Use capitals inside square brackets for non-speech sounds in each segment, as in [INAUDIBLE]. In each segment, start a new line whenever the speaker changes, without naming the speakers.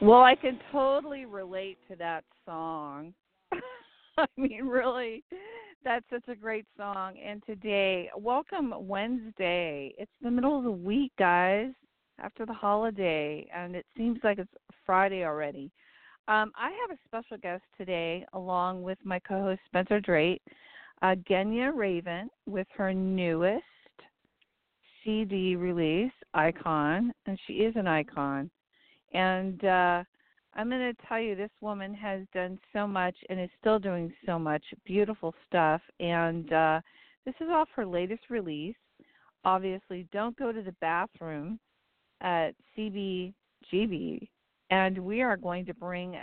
Well, I can totally relate to that song. [LAUGHS] I mean, really, that's such a great song. And today, welcome Wednesday. It's the middle of the week, guys, after the holiday, and it seems like it's Friday already. Um, I have a special guest today, along with my co host Spencer Drake, uh, Genya Raven, with her newest CD release, Icon, and she is an icon. And uh, I'm going to tell you, this woman has done so much and is still doing so much beautiful stuff. And uh, this is off her latest release. Obviously, don't go to the bathroom at CBGB. And we are going to bring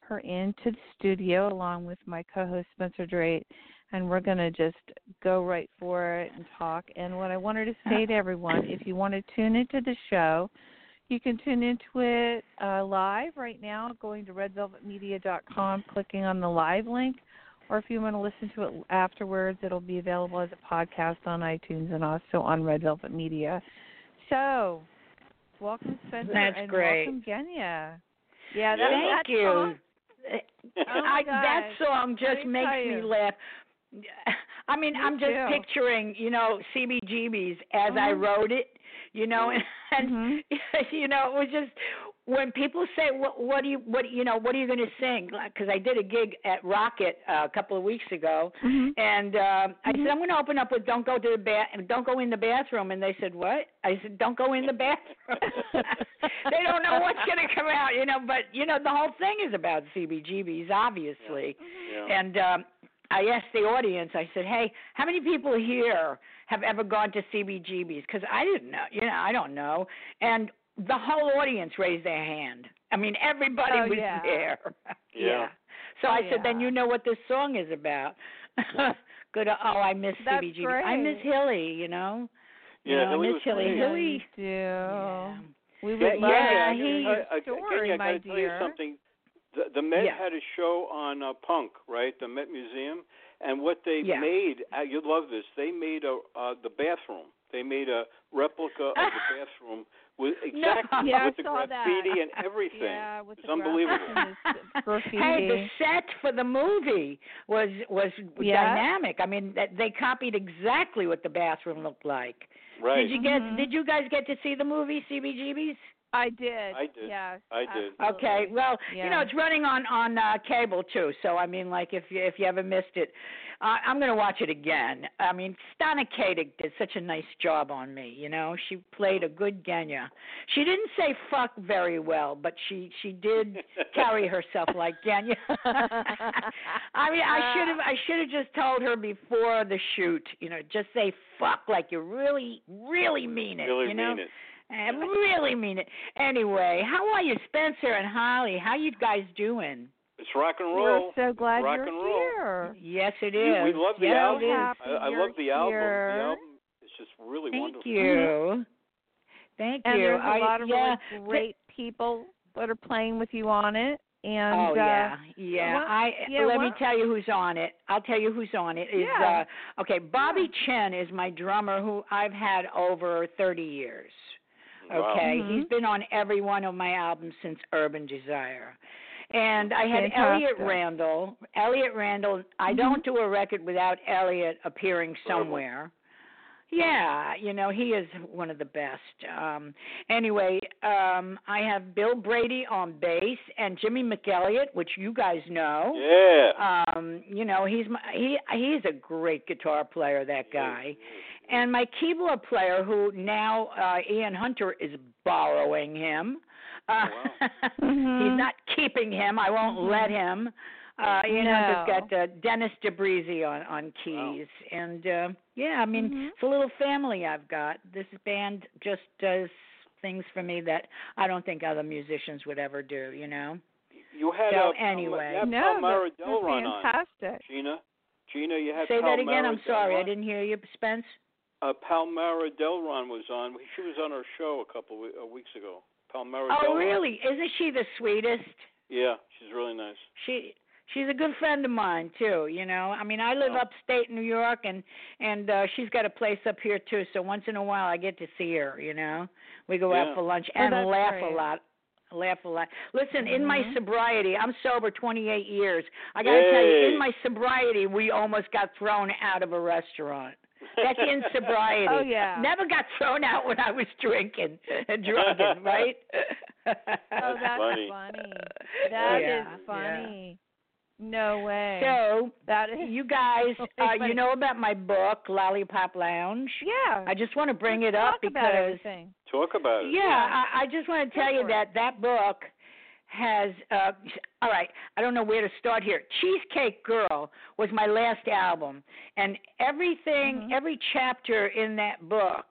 her into the studio along with my co host Spencer Drake. And we're going to just go right for it and talk. And what I wanted to say to everyone if you want to tune into the show, you can tune into it uh, live right now, going to redvelvetmedia.com, clicking on the live link. Or if you want to listen to it afterwards, it'll be available as a podcast on iTunes and also on Red Velvet Media. So, welcome Spencer
That's
and
great.
welcome Genya. Yeah, that,
Thank
that
you.
song- Oh
I,
my
that
gosh.
song
Let
just
me
makes
tell you.
me laugh. [LAUGHS] I mean,
Me
I'm just
too.
picturing, you know, CBGBs as I
Mhm.
wrote it, you know, [LAUGHS] and
Mm-hmm.
you know, it was just when people say, "What, what do you, what, you know, what are you going to sing?" Because I did a gig at Rocket uh, a couple of weeks ago,
Mhm.
and uh, I said,
Mhm.
"I'm going to open up with Don't Go to the Bath, Don't Go in the Bathroom," and they said, "What?" I said, "Don't go in the bathroom." [LAUGHS] they don't know what's going to come out, you know. But you know, the whole thing is about CBGBs, obviously.
Mm-hmm.
Yeah.
And um, I asked the audience. I said, "Hey, how many people here have ever gone to CBGBs?" Because I didn't know. You know, I don't know. And the whole audience raised their hand. I mean, everybody
Oh,
was
yeah.
there. [LAUGHS]
Yeah.
So
Oh,
I said, "Then
yeah.
you know what this song is about."
[LAUGHS]
Good. Oh, I miss
That's
CBGB. I miss
great.
Hilly. You know. You
Yeah,
know,
Hilly
I miss
was
Hilly.
great.
Yeah,
Hilly.
you do. Oh.
Yeah.
We would
Yeah,
love
yeah,
to
he-
hear
Kenya,
your
I, I,
story,
Kenya, I
my
gotta tell you
dear.
something. The, the Met
Yeah.
had a show on uh, punk, right? The Met Museum, and what they
Yeah.
made, uh, you'd love this. They made a uh, the bathroom. They made a replica of
[LAUGHS]
the bathroom with exactly [LAUGHS]
Yeah, I
with the
saw that. [LAUGHS]
graffiti and everything.
Yeah, with
It's
the
unbelievable.
graphics and
[LAUGHS]
this graffiti.
Hey, the set for the movie was was
Yeah.
dynamic. I mean, that- they copied exactly what the bathroom looked like.
Right.
Did you get?
Mhm.
Did you guys get to see the movie CBGBs?
I did.
I did.
Yes,
I did.
[LAUGHS] absolutely.
Okay. Well, you
Yeah.
know it's running on on uh, cable too. So I mean, like if you if you ever missed it, uh, I'm gonna watch it again. I mean, Stana Katic did such a nice job on me. You know, she played a good Genya. She didn't say fuck very well, but she she
[LAUGHS]
did carry herself like Genya. [LAUGHS] I mean, I should have I should have just told her before the shoot. You know, just say fuck like you really really
[LAUGHS]
mean it.
really
you know?
mean it.
I Eh, really mean it. Anyway, how are you, Spencer and Holly? How you guys doing?
It's rock and
We're
roll.
so glad
Rock
you're
and roll.
here.
Yes, it
You-
is.
we love the
yes,
album.
It
Yeah.
is.
Happy
I, I love the
you're
album.
here.
The album is just really
Thank
wonderful.
you. Thank
Mm-hmm. And
you.
there's
I-
a lot of
yeah.
really great people that are playing with you on it. And
oh
uh,
yeah, yeah.
what-
I
yeah,
let me
what-
tell you who's on it. I'll tell you who's on it. Is
Yeah.
uh okay, Bobby Chen is my drummer who I've had over 30 years.
Wow.
Okay,
Mhm.
he's been on every one of my albums since Urban Desire. And I had
Fantastic.
Elliot Randall. Elliot Randall, I don't do a record without Elliot appearing
Rebel.
somewhere. Yeah, you know, he is one of the best. Um anyway, um I have Bill Brady on bass and Jimmy McElliott, which you guys know
Yeah.
um you know he's my, he he's a great guitar player that guy and my keyboard player who now uh Ian Hunter is borrowing him uh
Oh,
[LAUGHS]
Mhm.
he's not keeping him I won't let him uh Ian
No.
Hunter's got uh, Dennis DeBrisi on on keys and uh yeah I mean
Mhm.
it's a little family I've got this band just does things for me that I don't think other musicians would ever do you know
You had
So
uh, Pal-
anyway.
you had
no,
Palmara
that's
Delron
[LAUGHS]
on.
fantastic.
Gina, Gina, you had
Say that
Palmara
again. I'm sorry. I
Delron?
didn't hear you, Spence.
Uh, Palmara Delron was on. She was on our show a couple we- uh, weeks ago. Palmara
Oh,
Delron.
really? Isn't she the sweetest?
Yeah, she's really nice.
She she's a good friend of mine too. You know, I mean, I live
Yeah.
upstate New York, and and uh, she's got a place up here too. So once in a while, I get to see her. You know, we go out
Yeah.
for lunch
Oh,
and
that's
laugh
great. Mm-hmm.
a lot. laugh a lot. Listen, in my sobriety, I'm sober 28 years. I got to tell you,
Yay.
in my sobriety, we almost got thrown out of a restaurant. That's
[LAUGHS]
in sobriety.
Oh, yeah.
Never got thrown out when I was drinking and drugging, right? [LAUGHS]
Oh,
That's
that's
funny.
funny. That is
Yeah, yeah.
funny. No way.
So,
that is
you guys,
That's
uh,
[LAUGHS] funny.
you know about my book, Lollipop Lounge.
yeah.
I just want to bring
Let's
it up
talk about
because
everything.
Talk about it.
Yeah, I, I just want to
Go
tell you
for it.
that that book has. Uh, all right, I don't know where to start here. Cheesecake Girl was my last album, and everything,
Mhm.
every chapter in that book,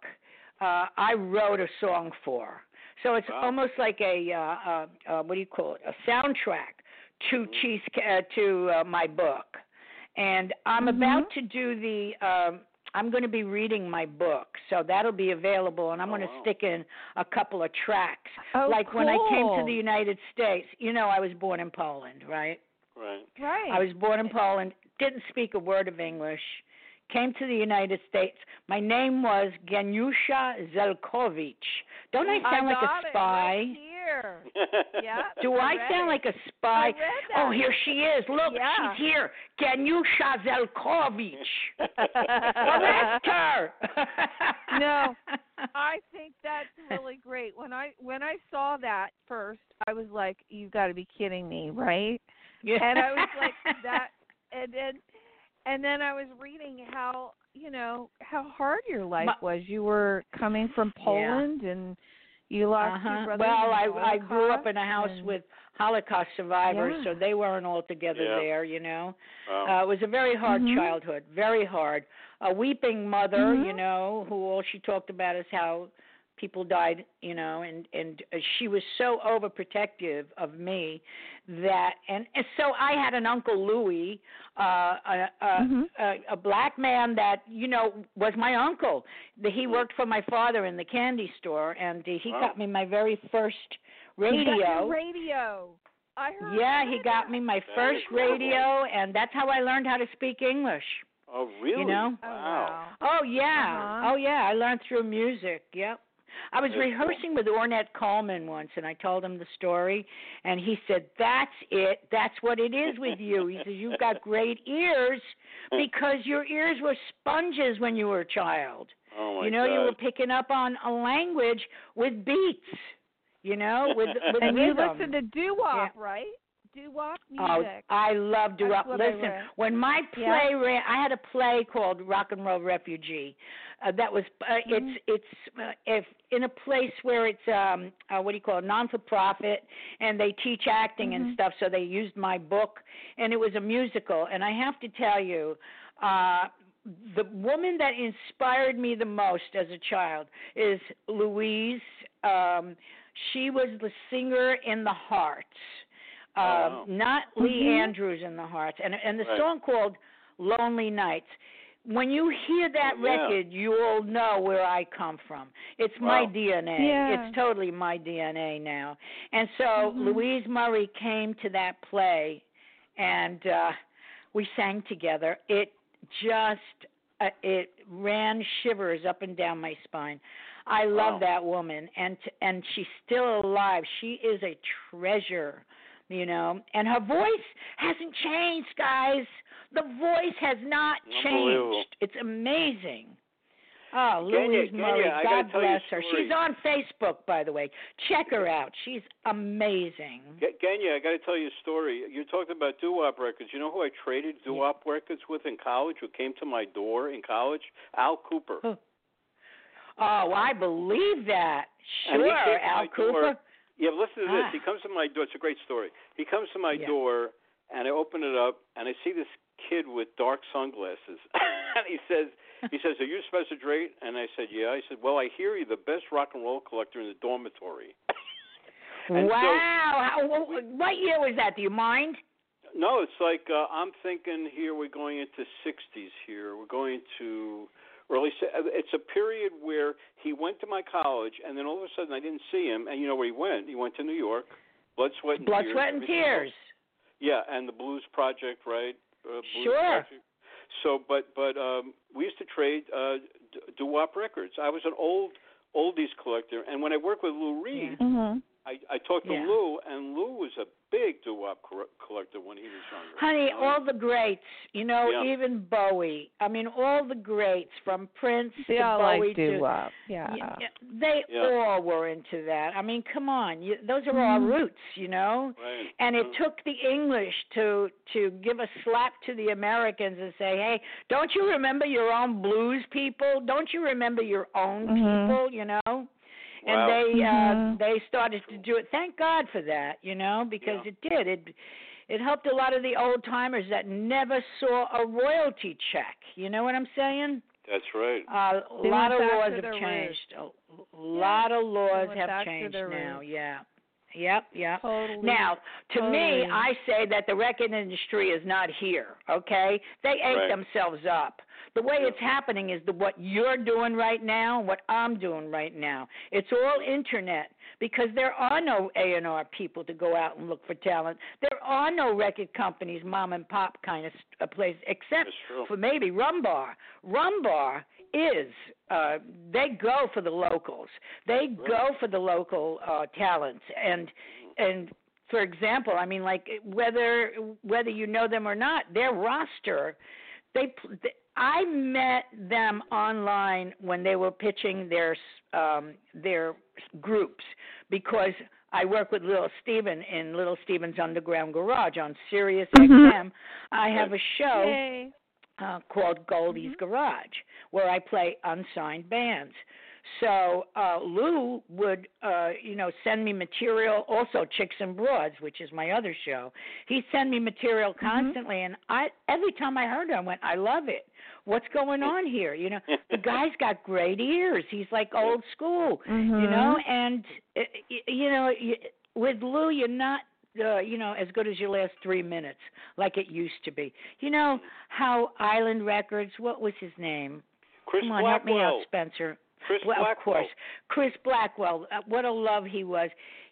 uh, I wrote a song for. So it's
Wow.
almost like a uh, uh, uh, what do you call it? A soundtrack to
Mm-hmm.
cheesecake uh, to uh, my book, and I'm
Mhm.
about to do the. Um, I'm going to be reading my book, so that'll be available, and I'm
Oh,
going to
wow.
stick in a couple of tracks.
Oh,
like when I came to
cool.
the United States, you know, I was born in Poland, right?
Right.
right.
I was born in Poland, didn't speak a word of English. Came to the United States. My name was Geniusha Zelkovich. Don't I sound like
Mm, got
a
it
spy?
right here. Yeah.
Do I sound like a
I
spy?
read that.
Oh, here she is. Look,
Yeah.
she's here. Geniusha Zelkovich. Arrest her.
[LAUGHS] No. I think that's really
[LAUGHS]
great. When I when I saw that first, I was like, "You've got to be kidding me, right?"
Yeah.
And I was like,
[LAUGHS]
"That," and then and then I was reading how you know how hard your life
My-
was. You were coming from Poland and you lost
Uh-huh.
your brother.
Well,
in the
I I grew up
Holocaust
in a house
and-
with Holocaust survivors,
Yeah.
so they weren't all together
Yeah.
there, you know.
[LAUGHS] Wow.
Uh, it was a very hard
Mhm.
childhood, very hard. A weeping mother,
Mhm.
you know, who all she talked about is how people died, you know, and and uh, she was so overprotective of me that and, and so I had an uncle Louis, uh, a, a,
Mhm.
a, a black man that you know was my uncle. The, he worked for my father in the candy store, and uh, he
Wow.
got me my very first
You Oh. got your
radio.
radio. I heard.
Yeah,
I
he
heard
got
that.
me my
That is
first
incredible.
radio, and that's how I learned how to speak English.
oh, really?
know?
Oh,
Wow.
Oh yeah,
Uh-huh.
oh yeah, I learned through music. Yep. I was
That's cool.
rehearsing with Ornette Coleman once, and I told him the story, and he said, "That's it. That's what it is with you." He says, "You've got great
[LAUGHS]
ears because your ears were sponges when you were a child.
Oh my
you know,
God.
you were picking up on a language with beats. You know,
[LAUGHS]
with with
And you
rhythm."
listen to doo wop, right? Doo wop
Oh,
music.
I love
That's
Duet.
what I
Listen,
read.
when my play
Yeah.
ran, I had a play called Rock and Roll Refugee. Uh, that was uh,
Mhm.
it's it's uh, if in a place where it's um uh, what do you call it non for profit and they teach acting
Mhm.
and stuff. So they used my book and it was a musical. And I have to tell you, uh, the woman that inspired me the most as a child is Louise. Um, she was the singer in the Hearts, um,
Oh, wow.
not Lee
Mhm.
Andrews in the Hearts, and and the
Right.
song called "Lonely Nights." When you hear that
Oh, yeah.
record, you'll know where I come from. It's my
Wow.
DNA.
Yeah.
It's totally my DNA now. And so
Mhm.
Louise Murray came to that play, and uh, we sang together. It just uh, it ran shivers up and down my spine. I love
Wow.
that woman, and t- and she's still alive. She is a treasure, you know. And her voice hasn't changed, guys. The voice has not
Unbelievable.
changed. It's amazing. Oh,
Kenya,
Louise
Kenya,
Murray,
I gotta
God
tell you a
bless her.
story.
She's on Facebook, by the way. Check her out. She's amazing.
Ge- Genya, I got to tell you a story. You talked about doo-wop records. You know who I traded doo-wop records with in college? Who came to my door in college? Al Cooper.
Oh, I believe that.
And
Sure,
he came to my
Al
door.
Cooper.
Yeah, but listen to this.
Ah.
He comes to my door. It's a great story. He comes to my
Yeah.
door, and I open it up, and I see this kid with dark sunglasses. [LAUGHS] and he says,
[LAUGHS]
he says, "Are you Spencer Drake?" And I said, "Yeah." He said, "Well, I hear you're the best rock and roll collector in the dormitory." And so-
wow. How, wh- what year was that? Do you mind?
No, it's like uh, I'm thinking here we're going into 60s here. We're going to early se- uh, it's a period where he went to my college and then all of a sudden I didn't see him and you know where he went? He went to New York. Blood, sweat and
Blood,
tears.
sweat, and
everything
tears.
Yeah, and the Blues Project, right? Uh, Blues
Sure.
Project. So, but but um, we used to trade uh, d- doo-wop records. I was an old oldies collector, and when I worked with Lou Reed,
mm-hmm.
Mhm.
I I, I talked to
Yeah.
Lou, and Lou was a big doo-wop cor- collector when he was younger.
Honey,
you know?
all the greats, you know,
Yeah.
even Bowie. I mean, all the greats from Prince
They
to
all
Bowie
like
to
do up. Yeah.
Y- y- they
Yeah.
all were into that. I mean, come on, you, those are all
Mhm.
roots, you know.
Right.
And it
Oh.
yeah.
took the English to to give a slap to the Americans and say, "Hey, don't you remember your own blues people? Don't you remember your own
Mhm.
people?" You know.
Wow.
And they uh,
Mhm.
they started to do it. Thank God for that, you know, because
Yeah.
it did it. It helped a lot of the old timers that never saw a royalty check. You know what I'm saying?
That's right.
Uh, a
They
lot
went
of
back
laws
to
have
their
changed. A lot of laws
went
have
back to
changed
their
now.
roots.
Yeah. Yep. Yep.
Totally.
Now, to me,
Totally.
I say that the record industry is not here. Okay, they ate
Right.
themselves up. The way
Yeah.
it's happening is the what you're doing right now, and what I'm doing right now. It's all internet because there are no A and R people to go out and look for talent. There are no record companies, mom and pop kind of st- uh, place, except
That's true.
for maybe Rumbar. Rumbar is uh, they go for the locals. They go for the local uh, talents and and for example, I mean like whether whether you know them or not, their roster they pl- th- I met them online when they were pitching their s- um, their groups because I work with Little Steven in Little Steven's Underground Garage on Sirius
Mhm.
XM. I have a show
Yay.
uh, called Goldie's Garage, where I play unsigned bands. So uh, Lou would, uh, you know, send me material. Also, Chicks and Broads, which is my other show, he'd send me material constantly, and I every time I heard it, I went, I love it. What's going on here? You know, the guy's got great ears. He's like old school you know
Mm-hmm.
Mhm.
and uh, y- you know y- with lou you're not uh, you know as good as your last three minutes like it used to be you know how island records what was his name
Chris
come on help me
Blackwell.
out spencer
Chris
well,
Blackwell.
of course, Chris Blackwell. Uh, what a love he was.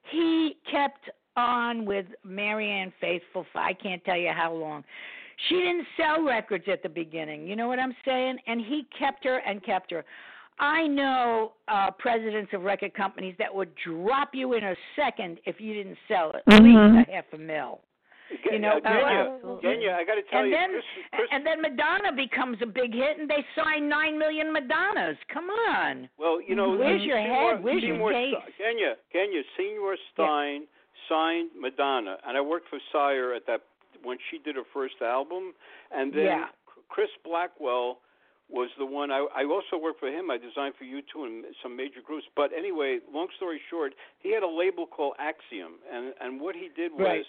He kept on with Marianne Faithful. For I can't tell you how long. She didn't sell records at the beginning. You know what I'm saying? And he kept her and kept her. I know uh, presidents of record companies that would drop you in a second if you didn't sell at
Mhm.
least a half a mil.
Ge-
you know, um,
uh, Genya,
oh.
absolutely.
Genya, I got to tell
And
you,
then,
Chris, Chris
and then Madonna becomes a big hit, and they sign nine million Madonnas. Come on.
Well, you know,
Where's
uh,
your
Seymour,
head? Where's your
Seymour
face?
Ste- Kenya, Kenya, Seymour Stein signed Madonna, and I worked for Sire at that when she did her first album, and then
Yeah.
C- Chris Blackwell was the one. I, I also worked for him. I designed for you two and some major groups. But anyway, long story short, he had a label called Axiom, and and what he did was.
Right.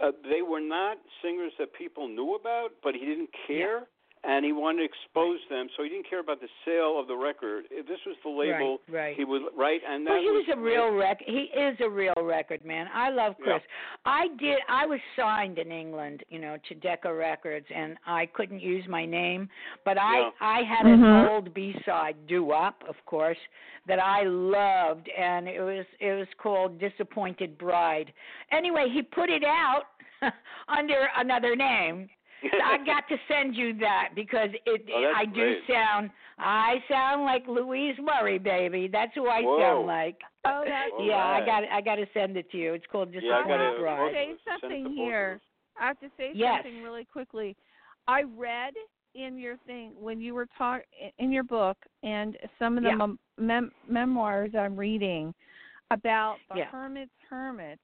Uh, they were not singers that people knew about, but he didn't care and he wanted to expose them, so he didn't care about the sale of the record. If this was the label,
Right, right.
he would right, and that
Well, he was a real
[LAUGHS] was-
record. He is a real record man. I love
Yeah.
Chris. I did. I was signed in England, you know, to Decca Records, and I couldn't use my name, but I
Yeah.
I had an
Mhm.
old B side doo up, of course, that I loved, and it was it was called Disappointed Bride. Anyway, he put it out [LAUGHS] under another name,
[LAUGHS]
I got to send you that because it
Oh, that's
I do
great.
sound I sound like Louise Murray, baby. That's who I
Whoa.
sound like.
Oh, that's
All
yeah, I
right.
got I got to send it to you. It's called
yeah,
I
I
Disappointed
got
gotta-
Bride.
Okay. Say something here. I have to say
Yes.
something really quickly. I read in your thing when you were talk in your book and some of the
Yeah.
mem- mem- memoirs I'm reading about the
Yeah. Uh-huh.
Hermits Hermits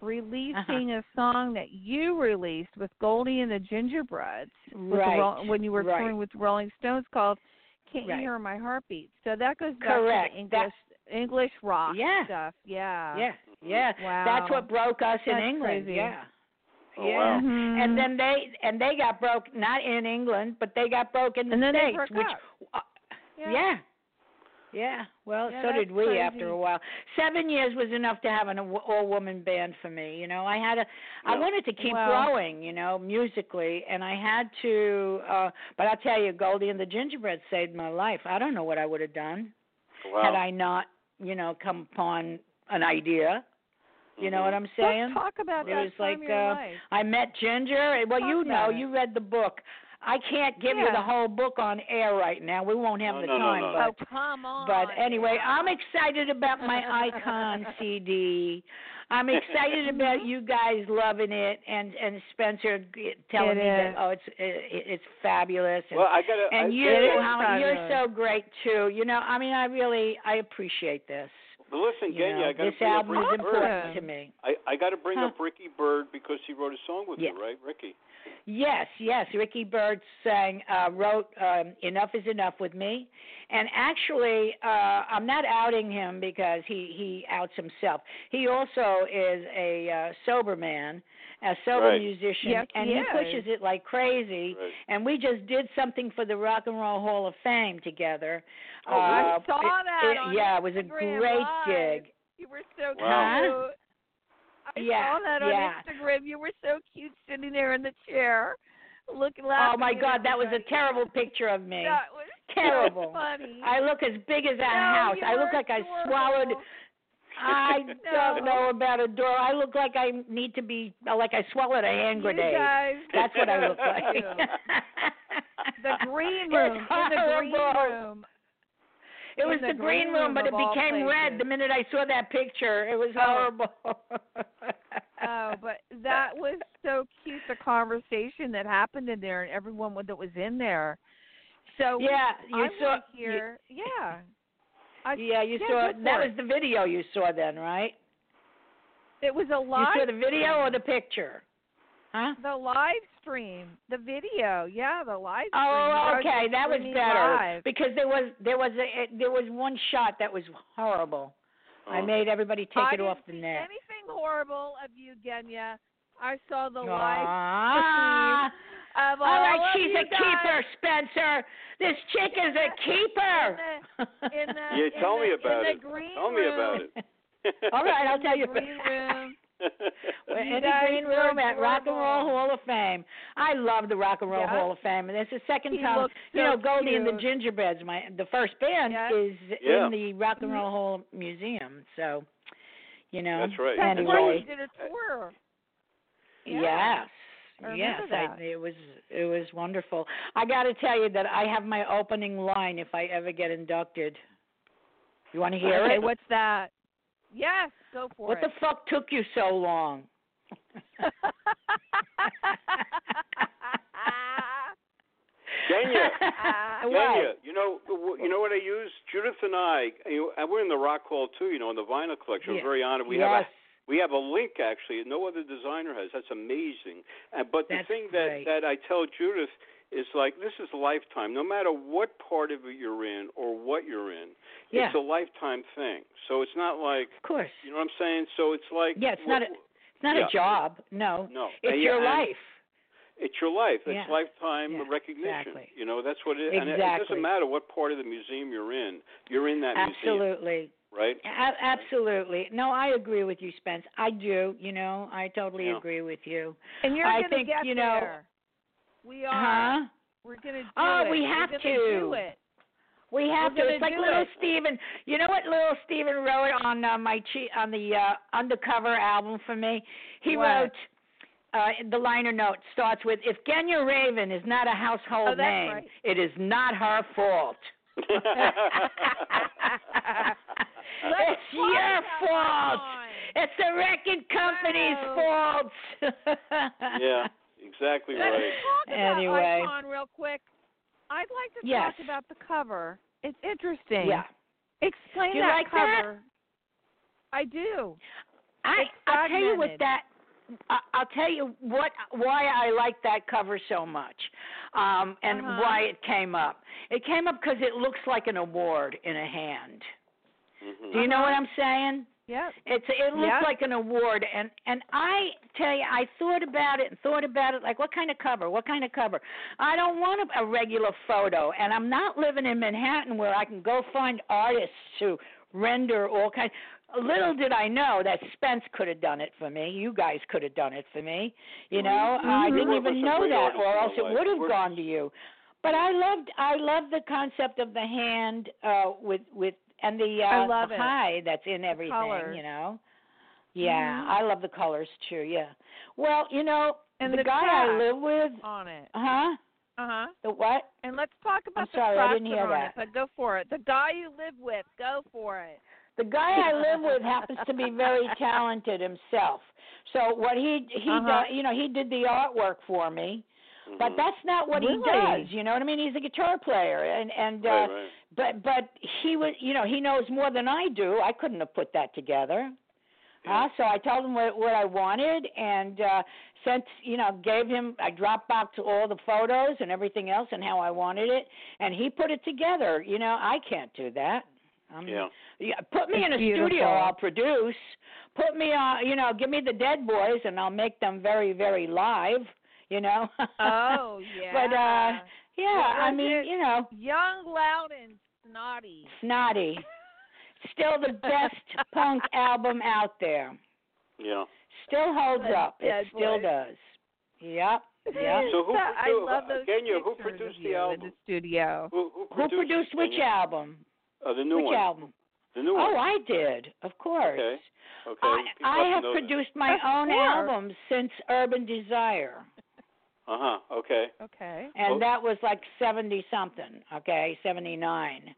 releasing a song that you released with Goldie and the Gingerbreads with the
Right.
Roll- when you were
right.
touring with Rolling Stones called "Can't
Right.
You Hear My Heartbeat." So that goes back
Correct.
to the
That-
English English rock
Yeah.
stuff. Yeah. Mm-hmm.
Yeah. Yeah.
Wow.
That's what broke us in
That's
England.
crazy.
Yeah.
Oh,
yeah.
wow.
Mhm.
And then they and they got broke not in England, but they got broke in the
and then
states,
they broke
which
up.
uh,
Yeah.
Yeah. Yeah. Well,
Yeah,
so did
that's
we
crazy.
after a while. Seven years was enough to have an all woman band for me. You know, I had a, I
Yeah.
wanted to keep
Wow.
growing, you know, musically, and I had to. uh But I'll tell you, Goldie and the Gingerbread saved my life. I don't know what I would have done
Wow.
had I not, you know, come upon an idea. You know
Mm-hmm.
what I'm saying?
Let's talk about
It
that
was
time
like,
of your
uh,
life.
I met Ginger. and- Well,
Talk
you
about
know,
it.
you read the book. I can't give you
Yeah.
the whole book on air right now. We won't have
No,
the
no, no,
time,
no.
but
oh, come on.
but anyway, I'm excited about
[LAUGHS]
my icon CD. I'm excited about
Mm-hmm.
you guys loving it, and and Spencer g- telling
It
me
is.
that oh, it's it, it's fabulous. And,
Well, I got to. I,
and you,
it is
how, you're
fabulous.
so great too. You know, I mean, I really I appreciate this.
but listen,
You
Genya,
know,
I got to
this
bring up
album is
Ricky Bird.
important to me.
I, I got to bring
Huh.
up Ricky Bird because he wrote a song with
Yeah.
you, right, Ricky?
Yes, yes. Ricky Bird sang, uh, wrote um, "Enough Is Enough" with me, and actually, uh, I'm not outing him because he he outs himself. He also is a uh, sober man, a sober
Right.
musician,
Yes,
and
he
he
is.
pushes it like crazy.
Right.
And we just did something for the Rock and Roll Hall of Fame together.
Oh, really?
Uh,
I saw
it-
that
it-
on
yeah, it was a
Instagram
great
Live.
gig.
You were so
Wow.
cute. I
Yeah,
saw that on
yeah.
Instagram. You were so cute sitting there in the chair, looking
Oh
laughing.
my
at
God, that was a
everybody.
terrible picture of me.
That was so [LAUGHS]
Terrible.
funny.
I look as big as a
No,
house.
you
I look
were
like I
adorable.
swallowed.
[LAUGHS]
I [LAUGHS] don't
No.
know about a door. I look like I need to be uh, like I swallowed a hand grenade.
You guys,
That's what
[LAUGHS]
I look like.
Yeah.
[LAUGHS]
the green
It's
room. In the green
horrible.
room.
It
in
was
the
the green
green
room, but it
room of all
became red
places.
the minute I saw that picture. It was
Oh.
horrible.
Oh,
[LAUGHS]
but that was so cute. The conversation that happened in there, and everyone that was in there. So
yeah, you
I
saw.
want to hear. yeah. I,
you- yeah, you
yeah,
saw.
go for
That
it.
was the video you saw then, right?
It was a live.
You saw the video or the picture? Huh?
The live stream, the video, yeah, the live stream.
Oh,
Where I
okay, that was
streaming
better
live.
because there was there was a, it- there was one shot that was horrible. I
Oh.
made everybody take
I
it off
didn't
the
see
net.
Anything horrible of you, Genya? I saw the live
Ah.
of all,
All right,
of
she's
you
a keeper, Spencer. This chick is a
guys
keeper.
In the,
Yeah,
in
tell
the,
me about
in
it.
The green
Tell me
room,
about it.
[LAUGHS] All
[LAUGHS]
right, I'll tell you.
In the green room.
We're
You
in the
guys
green
were
room at Rock and Roll
adorable.
Hall of Fame. I love the Rock and Roll
Yeah.
Hall of Fame, and it's the second
He
time.
looks
you know,
so
Goldie and the
cute.
Gingerbreads, my the first band,
Yes.
is
Yeah.
in the Rock and
Mm-hmm.
Roll Hall Museum. So, you know,
That's right.
That's
Anyway,
why you did a tour. Yeah.
Yes.
I remember
Yes,
that.
I, it was it was wonderful. I got to tell you that I have my opening line if I ever get inducted. You want to hear
okay,
it?
what's that? Yes, go for
what
it.
the fuck took you so long? [LAUGHS]
Genya,
[LAUGHS]
Genya,
Uh,
what?
you know, w- you know what I use? Judith and I, you- and we're in the Rock Hall too. You know, in the vinyl collection.
Yeah.
We're very honored. We
yes.
have a we have a link actually that no other designer has. That's amazing. And but the
That's
thing
great.
that that I tell Judith is like this is a lifetime. No matter what part of it you're in or what you're in,
yeah.
it's a lifetime thing. So it's not like
of course.
you know what I'm saying. So it's like
Yeah, it's
wha-
not a- It's not
yeah.
a job. No.
no.
It's
And-
your
and
life.
It's your life.
Yeah.
It's lifetime
Yeah,
recognition.
exactly.
You know that's what it is. And it- it
Exactly.
doesn't matter what part of the museum you're in. You're in that museum,
Absolutely. [LAUGHS]
right? [LAUGHS]
A- absolutely. No, I agree with you, Spence. I do. You know, I totally
Yeah.
agree with you.
and you're
I
gonna
think,
get
you know-
there. We are.
Huh?
We're gonna do
Oh,
it.
we
We're
have
gonna
to.
do it.
We have
We're
to.
gonna
It's like
do
little
it.
Steven. You know what little Steven wrote on uh, my che- on the uh, undercover album for me? He
What?
wrote uh, the liner note starts with if Genya Raven is not a household
Oh, that's
name,
right.
it is not her fault. it's your
that
fault.
line.
It's the record company's
Wow.
fault. [LAUGHS]
yeah, exactly
Let's
right.
talk about
Anyway.
Icon real quick. I'd like to
Yes.
talk about the cover. It's interesting.
Yeah.
Explain
Do you
that
like that?
cover. I do.
I
It's
I'll tell you what
fragmented.
that I, I'll tell you what why I like that cover so much, um, and
Uh-huh.
why it came up. It came up because it looks like an award in a hand.
Mhm.
Do you know what I'm saying?
Yep.
It's it looks
Yeah.
like an award, and and I tell you, I thought about it and thought about it. Like, what kind of cover? What kind of cover? I don't want a, a regular photo, and I'm not living in Manhattan where I can go find artists to render all kinds. Little did I know that Spence could have done it for me. You guys could have done it for me. You know, I
Mhm.
didn't
Work
even
with some
know
great
that,
artists in
or
our
else it
life.
would have
Work-
gone to you. But I loved, I loved the concept of the hand uh, with with and the uh,
I love
the
it.
high that's in everything.
colors.
You know. Yeah,
Mhm.
I love the colors too. Yeah. Well, you know,
And
the,
the
guy
tag.
I live with,
On it.
huh?
Uh-huh.
The what?
And let's talk about
I'm
the
sorry, I
craftsman
didn't hear
on
that.
it, but go for it. The guy you live with, go
[LAUGHS]
for it.
The guy I live with happens to be
[LAUGHS]
very talented himself. So what he he
Uh-huh.
do- you know he did the artwork for me, but
Mhm.
that's not what
Really?
he does. You know what I mean? He's a guitar player, and and uh,
Right, right.
but but he was you know he knows more than I do. I couldn't have put that together.
Yeah.
Uh, so I told him what, what I wanted and uh, sent, you know, gave him, I Dropboxed all the photos and everything else and how I wanted it. And he put it together. You know, I can't do that. I'm,
yeah.
yeah, put me
It's
in a studio.
beautiful.
I'll produce. Put me on. You know, give me the Dead Boys, and I'll make them very, very live. You know. [LAUGHS]
Oh, yeah.
But uh, yeah,
What
I
was
mean,
it?
you know,
Young, loud, and snotty.
snotty. Still
[LAUGHS]
the best punk album out there.
Yeah.
Still holds
The
up.
Dead
it still
Boys.
does. Yep. Yep.
So who
I
produ-
love those
Kenya, who
pictures of
produced the
you
album?
in the studio.
Who, who
Who
produced,
produced which
Kenya?
album?
Uh, the new
which
one.
album?
The new
Oh,
one.
I did. Of course.
Okay. Okay.
I,
people
I
to
have
know
produced my
Of
own
course.
albums since Urban Desire,
That. Uh huh. Okay.
Okay.
and
Oh.
that was like 70 something, okay, 79.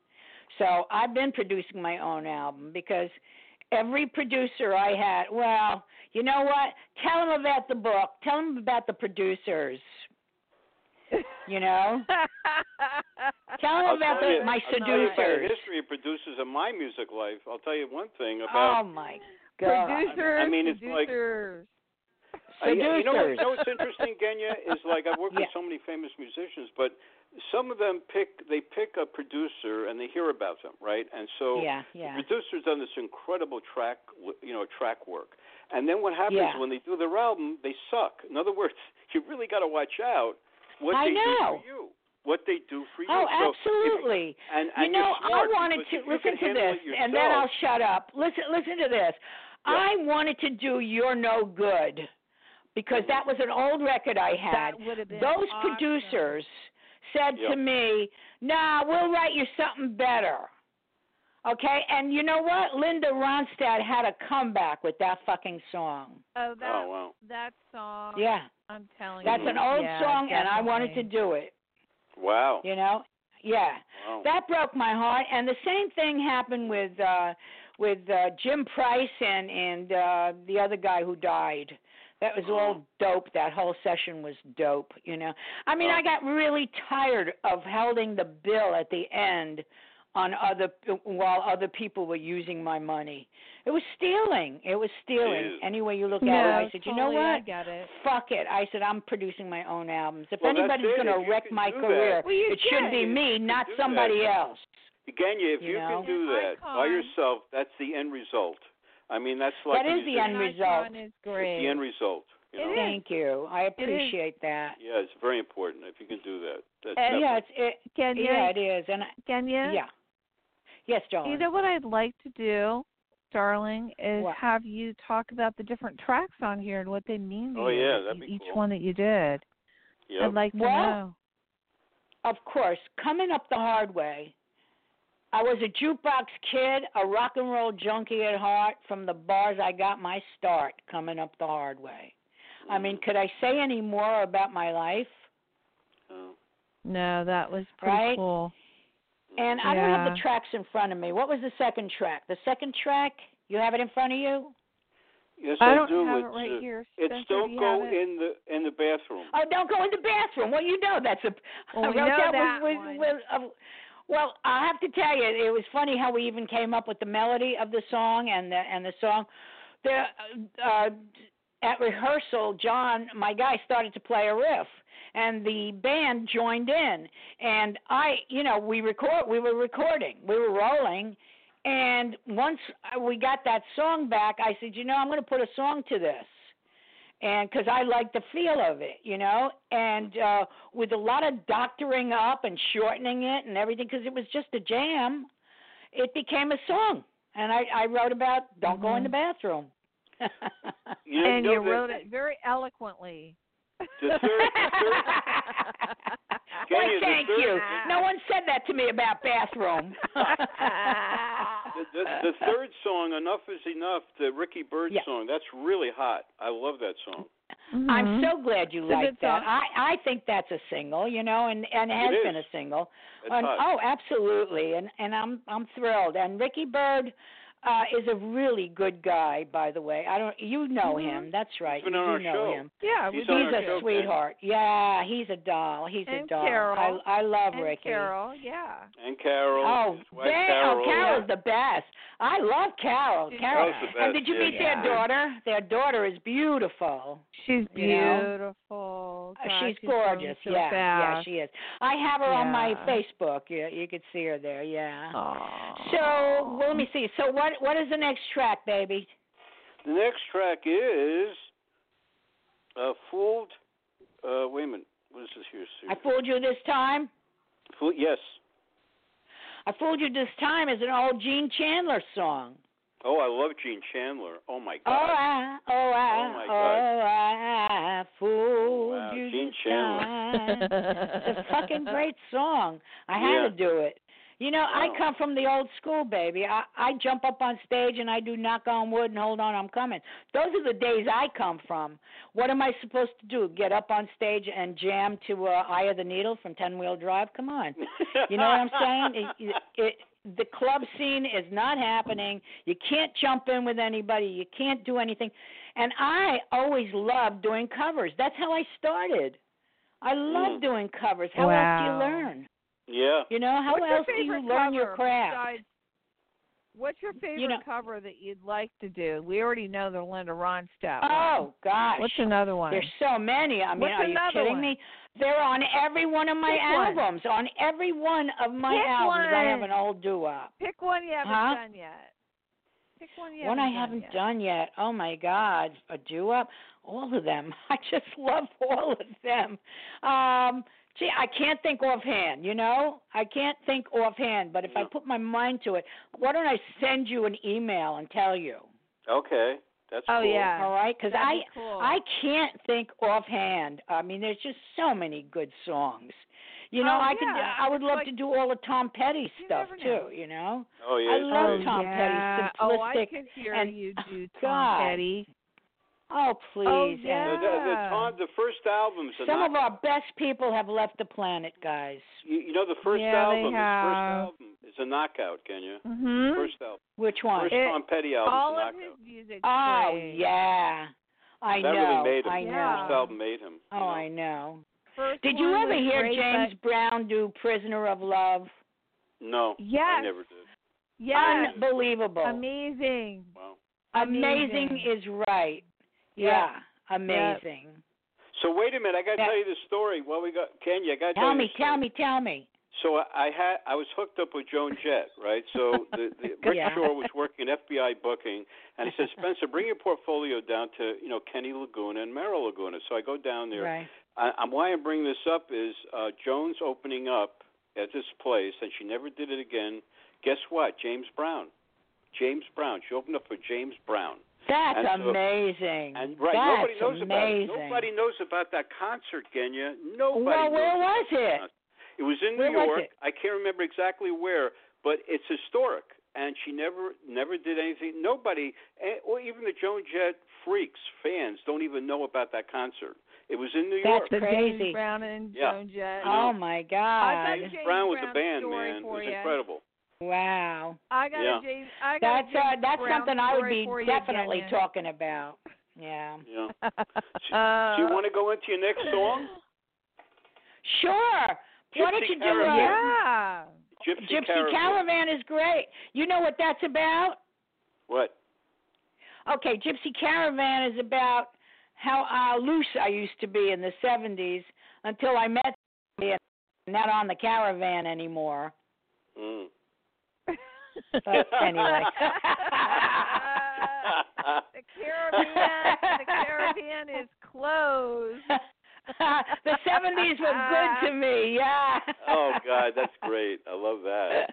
So I've been producing my own album because every producer I had, well, you know what? Tell them about the book, tell them about the producers, you know? [LAUGHS] Tell them
I'll
about
tell
the,
you-
my
I'll tell you about the
seducers.
history of producers in my music life. I'll tell you one thing
Oh,
about
my God.
producers,
I mean, it's like-
producers.
Uh, yeah, you know what,
Seducers.
you know what's interesting,
[LAUGHS]
Genya, is like I've worked
Yeah.
with so many famous musicians, but some of them pick they pick a producer and they hear about them, right? And so
Yeah,
the
yeah.
producer's done this incredible track, w- you know, track work. And then what happens
Yeah.
when they do their album? They suck. In other words, [LAUGHS] you really got to watch out what
I
they do
know.
for you. What they do for you.
Oh,
So if-
absolutely.
and,
you
and
know,
you're smart
I wanted
because
to
if you
listen
can
to
handle
this,
it
and then
yourself-
I'll shut up. Listen, listen to this.
Yeah.
I wanted to do "You're No Good" because that was an old record I had.
That would have been
Those
awesome.
producers said
Yeah.
to me, "Nah, we'll write you something better." Okay, and you know what? Linda Ronstadt had a comeback with that fucking song.
Oh, that
Oh, wow.
that song.
Yeah,
I'm telling
that's
you.
an old
Yeah,
song, and I wanted to
definitely.
do it.
Wow.
You know, yeah.
wow.
that broke my heart and the same thing happened with uh with uh jim price and and uh the other guy who died that was all dope that whole session was dope you know i mean i got really tired of holding the bill at the end on other while other people were using my money it was stealing it was stealing
Ew.
any way you look
Yeah,
at it i said you know
totally, I
what
get it.
fuck it i said i'm producing my own albums if
Well, that's
anybody's
it.
going
If
to
you
wreck
can
my
do that-
career
Well, you
it should
did.
be me, not
do that.
somebody else.
Again, if
You
you,
know?
can do that by
Icon.
yourself, that's the end result. I mean, that's like
That
a
is the
musician.
end result.
Icon is
It's the
great.
end result. You
It
know?
is.
Thank you. I appreciate that.
Yeah, it's very important if you can do that. That's
And-
Uh, yeah,
definitely-
it's it.
Kenya,
Yeah, it is. And I,
Kenya.
yeah. Yes,
You
darling.
know what I'd like to do, darling, is
What?
have you talk about the different tracks on here and what they mean to
Oh,
you.
yeah,
that
that'd
you-
be
each
cool.
one that you did.
Yep.
I'd like to
Well,
know.
Of course, coming up the hard way. I was a jukebox kid, a rock and roll junkie at heart. From the bars, I got my start. Coming up the hard way. I mean, could I say any more about my life?
Oh.
No, that was pretty
Right?
cool.
And I don't have the
Yeah.
tracks in front of me. What was the second track? The second track, you have it in front of you?
Yes,
I
I,
don't
do.
have
it's,
it right
uh,
here.
It's
Spencer, do
don't
you
go
have it?
in the in the bathroom.
Oh, don't go in the bathroom. Well, you know that's a.
Well,
I
we
wrote
know
that,
that
with,
one.
With, with, uh, well, I have to tell you, it was funny how we even came up with the melody of the song and the and the song. The uh, at rehearsal, John, my guy, started to play a riff, and the band joined in. And I, you know, we record. We were recording. We were rolling. And once I- we got that song back, I said, you know, I'm going to put a song to this and because I like the feel of it, you know, and uh, with a lot of doctoring up and shortening it and everything, because it was just a jam, it became a song. And I, I wrote about don't go in the bathroom. [LAUGHS]
You know,
And
you
you
know, the-
wrote it very eloquently.
The third, the third,
[LAUGHS]
[LAUGHS] Why,
Kenya, the
thank
third-
you. No one said that to me about bathroom.
[LAUGHS] the,
[LAUGHS]
the, the third song, enough is enough, the Ricky Bird
Yeah.
song. That's really hot. I love that song.
Mhm.
I'm so glad you
It's a
like
good
that.
song.
I I think that's a single, you know, and and
It
has
is.
been a single.
It's
And-
hot.
oh, absolutely, and and I'm I'm thrilled. And Ricky Bird uh, is a really good guy, by the way. I don't you know
Mhm.
him? That's right.
been
you
on
do
our
know
show.
him.
yeah, we
He's
do
on
He's
our
a
too.
show.
sweetheart. Yeah, he's a doll. He's
And
a doll.
Carol.
I I love
And
Ricky.
Carol, yeah.
And Carol.
Oh,
his wife,
they,
Carol.
oh, Carol's the best. I love Carol.
She's
Carol.
the
best,
and did you
yeah,
meet
she's
their
great.
daughter? Their daughter is beautiful.
She's
You know?
beautiful.
Uh,
Oh, God,
she's,
growing
gorgeous.
So
yeah, yeah,
fast.
she is. I have her on my
Yeah.
Facebook. You you could see her there. Yeah.
Aw.
So well, let me see. So what what is the next track, baby?
The next track is uh, Fooled. Uh, wait a minute. What is this here?
I fooled you this time.
Fool, yes.
I fooled you this time is an old Gene Chandler song.
Oh, I love Gene Chandler. Oh my
Oh
God.
I oh I
my
oh, I fooled
Wow,
you
Gene
this
Chandler.
time. It's a
[LAUGHS]
fucking great song. I had
Yeah.
to do it. You know,
Wow.
I come from the old school, baby. I, I jump up on stage and I do knock on wood and hold on, I'm coming. Those are the days I come from. What am I supposed to do? Get up on stage and jam to uh, Eye of the Needle from Ten Wheel Drive? Come on.
[LAUGHS]
You know what I'm saying? It, it, it, the club scene is not happening. You can't jump in with anybody. You can't do anything. And I always loved doing covers. That's how I started. I love
Mm.
doing covers. How
Wow.
else do you learn?
yeah.
You know, how
What's
else
your
do you
favorite
learn your
cover
craft?
besides- What's your favorite
know-
cover that you'd like to do? We already know the Linda Ronstadt. one.
Oh gosh.
what's another one?
There's so many. I mean,
What's
are you
another
kidding
one?
me? They're on every one of my
Pick one.
albums. On every one of my
Pick
albums, I have
one.
an old doo-wop.
Pick one you haven't
Huh?
done yet. Pick one you
one I haven't
haven't done.
done yet. Oh my God, a doo-wop. All of them. [LAUGHS] I just love all of them. Um, gee, I can't think offhand. You know, I can't think offhand. But if I
No.
put my mind to it, why don't I send you an email and tell you?
Okay. That's
Oh
cool.
yeah.
All right? Because
That'd
I
be cool.
I can't think offhand. I mean, there's just so many good songs. You know,
Oh,
I could
yeah.
I would love
Like-
to do all the Tom Petty
You
stuff
never know.
too. You know,
Oh yeah.
I
it's
love
great.
Tom Petty,
yeah. Oh, I
simplistic,
could hear
and- oh,
you do Tom
God.
Petty.
oh please, and
The,
yeah.
the, the, Tom, the first albums. are
some
not,
of our best people have left the planet, guys.
you, you know the first
Yeah, they
album. His
have.
first album is a knockout. Kenya.
Hmm?
Mhm.
First album.
Which one?
First
It-
Tom Petty album
All
is a
of
knockout.
his music.
oh
great.
yeah, I
that
know.
really made him.
I know.
Yeah.
First album made him.
Oh, I know.
First
Did you
one
ever
was
hear
great,
James Brown do "Prisoner of Love"?
No. I
Yes.
never did.
But yes.
Unbelievable.
Amazing.
Wow.
Amazing is right. Yeah, amazing.
So wait a minute. I got to
Yeah.
tell you the story. Well, we got Kenya. I got to
Tell
you
me,
the story.
tell me, tell me.
So I- I had I was hooked up with Joan Jett, right?
[LAUGHS]
So the, the Rick
Yeah.
Shore was working at FBI booking, and
[LAUGHS]
he said, Spencer, bring your portfolio down to you know Kenny Laguna and Merrill Laguna. So I go down there.
Right.
I, I'm why I'm bringing this up is uh, Joan's opening up at this place, and she never did it again. Guess what? James Brown. James Brown. She opened up for James Brown.
That's
And so-
amazing.
And right,
That's
nobody knows about it.
amazing.
Nobody knows about that concert, Kenya. Nobody.
well, where
knows
was it?
concert. It was in
Where
New
was
York.
it?
I can't remember exactly where, but it's historic. And she never, never did anything. Nobody, eh, or even the Joan Jett freaks fans, don't even know about that concert. It was in New
That's
York.
The
Crazy.
James Brown and
Yeah.
Joan Jett.
I know.
Oh my
I
God!
bet James
Brown with the
Brown's
band,
story
man, it
for
was
you.
incredible.
Wow.
I got
Yeah.
a James. I got
That's
a
uh,
James
that's
Brown
something I would
story
be
for you,
definitely
Kenya.
talking about. Yeah.
Yeah.
[LAUGHS] uh,
Do
[LAUGHS]
you want to go into your next
[LAUGHS]
song?
Sure. Why don't
Gypsy
you do
Caravan.
uh,
Yeah.
Gypsy,
Gypsy Caravan. is great. You know what that's about?
What?
Okay, Gypsy Caravan is about how uh, loose I used to be in the 70s until I met somebody and I'm not on the caravan anymore. [LAUGHS]
Mm.
[LAUGHS]
But anyway.
The Caribbean, the Caribbean is closed.
the 70s were good to me, yeah.
oh God, that's
[LAUGHS]
great. I love that.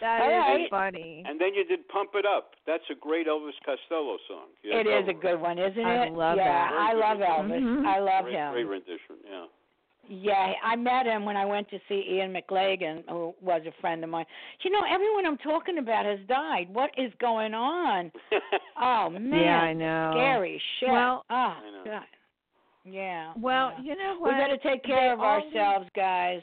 That
All
is
right.
funny.
And then you did "Pump It Up." That's a great Elvis Costello song. Yeah,
It is a
probably.
good one, isn't it?
I love
yeah,
that.
I love Elvis.
Mhm.
I love
great,
him. [LAUGHS]
great rendition. Yeah.
Yeah, I met him when I went to see Ian McLagan, who was a friend of mine. You know, everyone I'm talking about has died. What is going on? oh man,
yeah, I know.
Scary shit.
Well,
oh
know.
god. Yeah.
well,
yeah.
you know
we
what?
better take care
They
of
all leave-
ourselves, guys.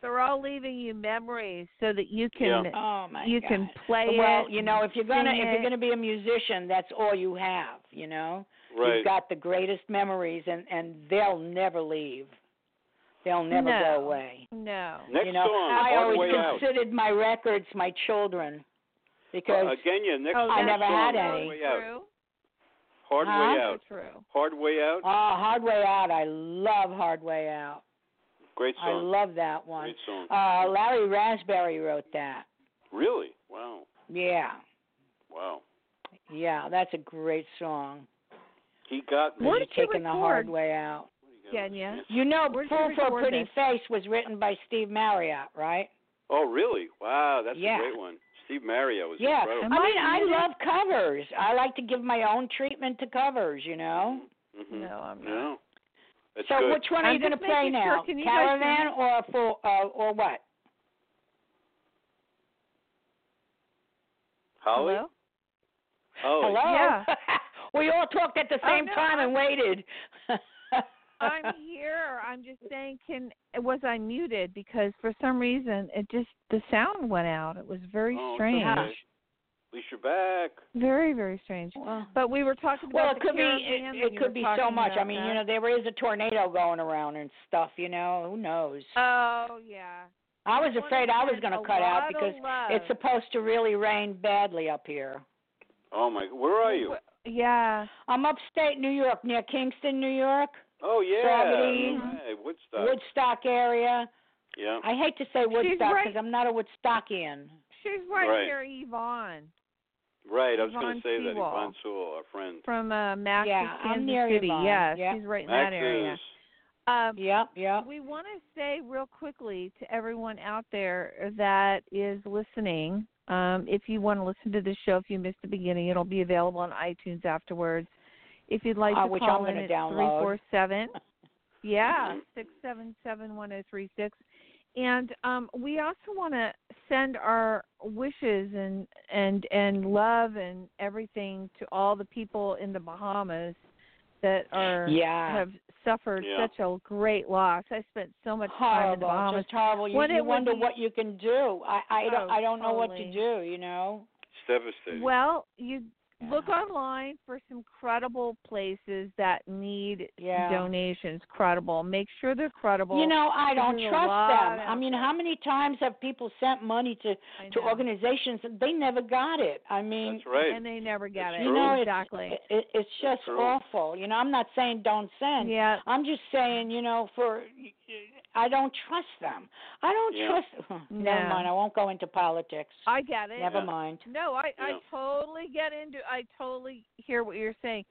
They're all leaving you memories so that you can
Yeah.
Oh my
you
god.
can play
well,
it.
you know, if you're gonna
sing
if you're
it.
gonna be a musician, that's all you have. You know,
Right.
you've got the greatest memories, and and they'll never leave. They'll never
No.
go away.
no.
Next
you know,
song,
I
Hard
always
Way Out.
considered my records my children because
Uh, again, yeah, next
Oh,
song,
I never had
Hard
any.
Way Out.
True.
Hard Way
Huh?
Out.
True.
Hard Way
oh,
Out.
Hard Way Out. I love Hard Way Out.
Great
Oh, I
song.
love that one.
Great song.
Uh, Larry Raspberry wrote that.
Really? Wow.
Yeah,
Wow.
yeah, that's a great song.
He got me.
You're
What did you
taking the hard
record?
way out.
Kenya.
You know,
Where'd you
Fool for a
record
Pretty
this?
Face was written by Steve Marriott, right?
Oh, really? Wow, that's
Yeah.
a great one. Steve Mario was
yeah.
incredible.
I
Am I
mean, I
muted?
love covers. I like to give my own treatment to covers, you know? Mm-hmm.
Mhm.
No, I'm not.
No. That's
so
good.
which one are
I'm
you going to
just
play
making sure.
now?
Can you guys hear
Caravan or Fool uh, or what?
Holly?
[LAUGHS]
Oh,
Hello?
Holly.
Hello? [LAUGHS]
Yeah.
we all talked at the
Oh,
same
no,
time and waited. [LAUGHS]
I'm here. I'm just saying, can was I muted? Because for some reason, it just the sound went out. It was very
Oh, it's
strange.
okay. At least you're back.
Very, very strange.
well,
But we were talking about
well, it
the
could be
caravan
it,
and
it
you
could
were
be so
talking
much. I
about
mean,
that.
you know, there is a tornado going around and stuff, you know, who knows?
Oh yeah.
I was afraid I was
going to
cut out because It's
a.
supposed to really rain badly up here.
Oh my where are you?
Yeah.
I'm upstate New York, near Kingston, New York,
Oh yeah.
Gravity.
Hey, Woodstock.
Woodstock area.
yeah.
I hate to say Woodstock
right-
because I'm not a Woodstockian.
She's right,
Right.
near Yvonne
Right, I was gonna
Yvonne
say that
Sewall.
Yvonne Sewell, our friend.
from uh, Max's,
Yeah, I'm
Kansas
near
City.
Yvonne.
Yes,
Yeah.
she's right in
Max
that area.
is
Um,
Yep, yep.
We want to say real quickly to everyone out there that is listening. Um, if you want to listen to the show, if you missed the beginning, it'll be available on iTunes afterwards. If you'd like
Uh,
to
which I'm
call in,
gonna
it's
download.
three four
[LAUGHS]
seven, yeah,
Mhm.
six seven seven one zero three six. And um, we also want to send our wishes and and and love and everything to all the people in the Bahamas that are
Yeah.
have suffered
Yeah.
such a great loss. I spent so much time in the
Horrible,
Bahamas.
just horrible. You,
What
you
it would
wonder
be-
what you can do. I, I don't,
Oh,
I don't know what to
totally.
do. You know.
it's devastating.
Well, you look
Yeah.
online for some credible places that need
Yeah.
donations. Credible. Make sure they're credible.
You know, I don't
there's a
trust
lot
them. I
out
mean,
there.
how many times have people sent money to
I
to
know.
organizations and they never got it? I mean,
That's right.
and they never get
It's
it.
You know, it's-
exactly.
it, it, it's
That's
just
true.
awful. You know, I'm not saying don't send.
yeah.
I'm just saying, you know, for I don't trust them. I don't
Yeah.
trust. [LAUGHS] Never
No.
mind. I won't go into politics.
I get it.
Never
Yeah.
mind.
No, I
Yeah.
I totally get into. I totally hear what you're saying,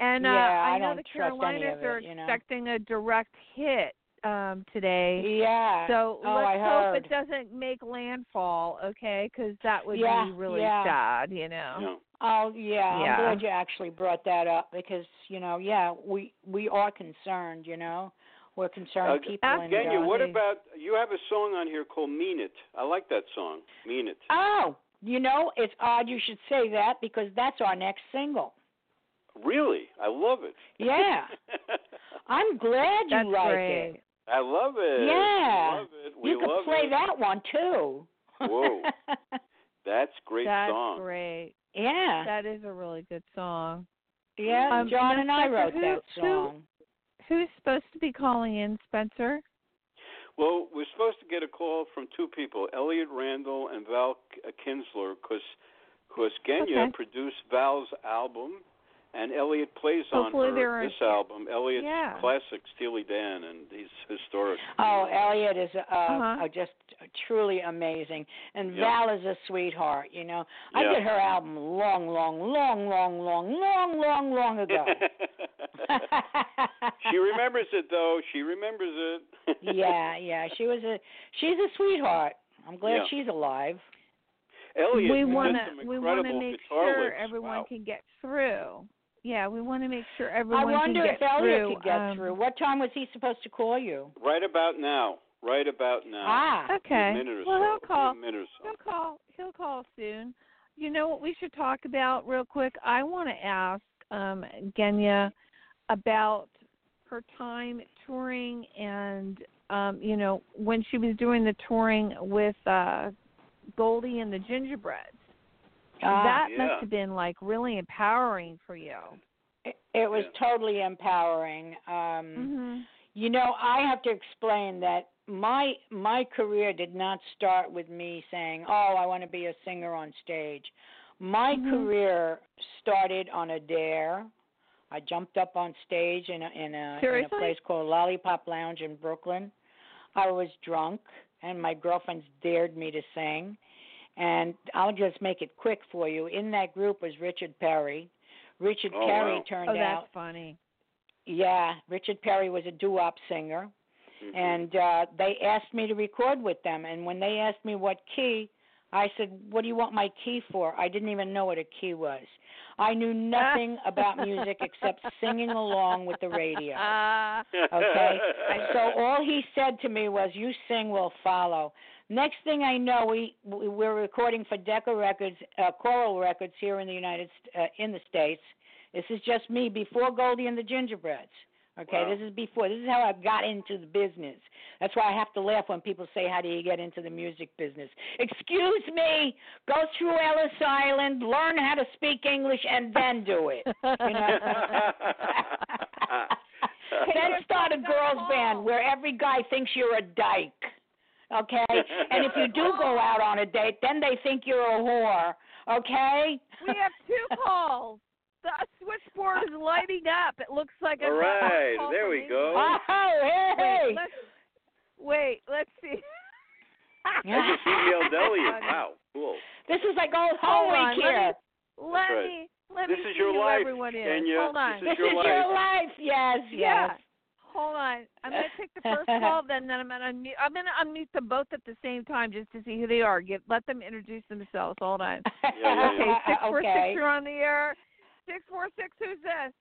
and uh,
Yeah, I
know
don't
the
trust any
Carolinas
of it,
are
you know.
expecting a direct hit um today.
Yeah.
So
oh,
let's
I
hope
heard.
it doesn't make landfall, okay? Because that would
Yeah,
be really
yeah.
sad, you know.
No.
Oh yeah,
Yeah.
I'm glad you actually brought that up because you know, yeah, we we are concerned. You know, we're concerned
Uh,
people. and,
Genya,
uh,
Genya, what
Hey.
about you have a song on here called Mean It. I like that song. Mean It.
Oh, you know, it's odd you should say that because that's our next single.
Really? I love it. [LAUGHS]
[LAUGHS]
Yeah. I'm glad you
That's
like
great.
it.
I love it.
Yeah.
We love it. We
you could
love
play
it.
that one too.
Whoa. That's great
That's
song.
great.
[LAUGHS] yeah.
That is a really good song.
yeah.
Um,
John
now,
and I
Spencer,
wrote
who-
that
who-
song.
Who's supposed to be calling in, Spencer?
Well, we're supposed to get a call from two people, Elliot Randall and Val K- Kinsler, because Genya
Okay.
produced Val's album, and Elliot plays
Hopefully
on
they're
her,
in-
this album. Elliot's
Yeah.
classic Steely Dan, and he's historic.
Oh, Elliot is uh,
Uh-huh.
uh, just truly amazing, and
Yeah.
Val is a sweetheart. You know, I
Yeah.
did her album long, long, long, long, long, long, long, long ago.
[LAUGHS]
[LAUGHS]
she remembers it though. She remembers it.
yeah, yeah. She was a she's a sweetheart. I'm glad
Yeah.
she's alive.
[LAUGHS] Elliot
we
did
wanna
some
we
incredible
wanna make
guitar
sure
licks.
everyone
Wow.
can get through. yeah, we want to make sure everyone
I wonder
can
if
get
Elliot
through.
could get
um,
through. What time was he supposed to call you?
Right about now. Right about now.
Ah,
Okay.
A minute or
well,
so.
he'll call.
A minute or so.
He'll call. He'll call soon. You know what we should talk about real quick? I want to ask um, Genya about her time touring and um, you know when she was doing the touring with uh, Goldie and the Gingerbreads.
ah,
that
Yeah.
must have been like really empowering for you.
it, it was totally empowering. Um,
Mm-hmm.
You know, I have to explain that my my career did not start with me saying, "Oh, I want to be a singer on stage." My
Mhm.
career started on a dare. I jumped up on stage in a in a, in a
Seriously?
place called Lollipop Lounge in Brooklyn. I was drunk, and my girlfriends dared me to sing. And I'll just make it quick for you. In that group was Richard Perry. Richard
Oh,
Perry
wow.
turned
Oh,
out
that's funny.
yeah, Richard Perry was a doo-wop singer,
Mhm.
and uh, they asked me to record with them. And when they asked me what key, I said, "What do you want my key for?" I didn't even know what a key was. I knew nothing about music except singing along with the
[LAUGHS]
radio.
Uh,
[LAUGHS]
Okay. So all he said to me was, "You sing, we'll follow." Next thing I know, we we were recording for Decca Records, uh, Coral Records here in the United St- uh, in the States. This is just me before Goldie and the Gingerbreads. Okay,
Wow.
this is before. This is how I got into the business. That's why I have to laugh when people say, "How do you get into the music business?" Excuse me. Go through Ellis Island, learn how to speak English, and then do it. You
[LAUGHS]
know. then start a girls band where every guy thinks you're a dyke. Okay? And if you
[LAUGHS]
do go out on a date, then they think you're a whore. Okay?
we have two calls. The switchboard is lighting up. It looks like I
All
got a
right,
call
there
from
we
England.
go.
[LAUGHS] Oh, hey!
Wait, let's, wait, let's
[LAUGHS]
see.
I just emailed Elliot. Wow, cool.
This is like old
Hold on,
homework
let
here.
Let
right.
me let
This
me
is
see
your
who
life,
everyone is.
Kenya.
Hold on.
This
This
is
[LAUGHS]
your
is
life.
your life. Yes,
yeah.
yes.
Hold on. I'm gonna take the
[LAUGHS]
first call, then then I'm gonna unmute. I'm gonna unmute them both at the same time just to see who they are. Get let them introduce themselves.
[LAUGHS]
Hold on. Okay, six
yeah, yeah.
four six,
okay.
you're on the air. Six four six, who's this?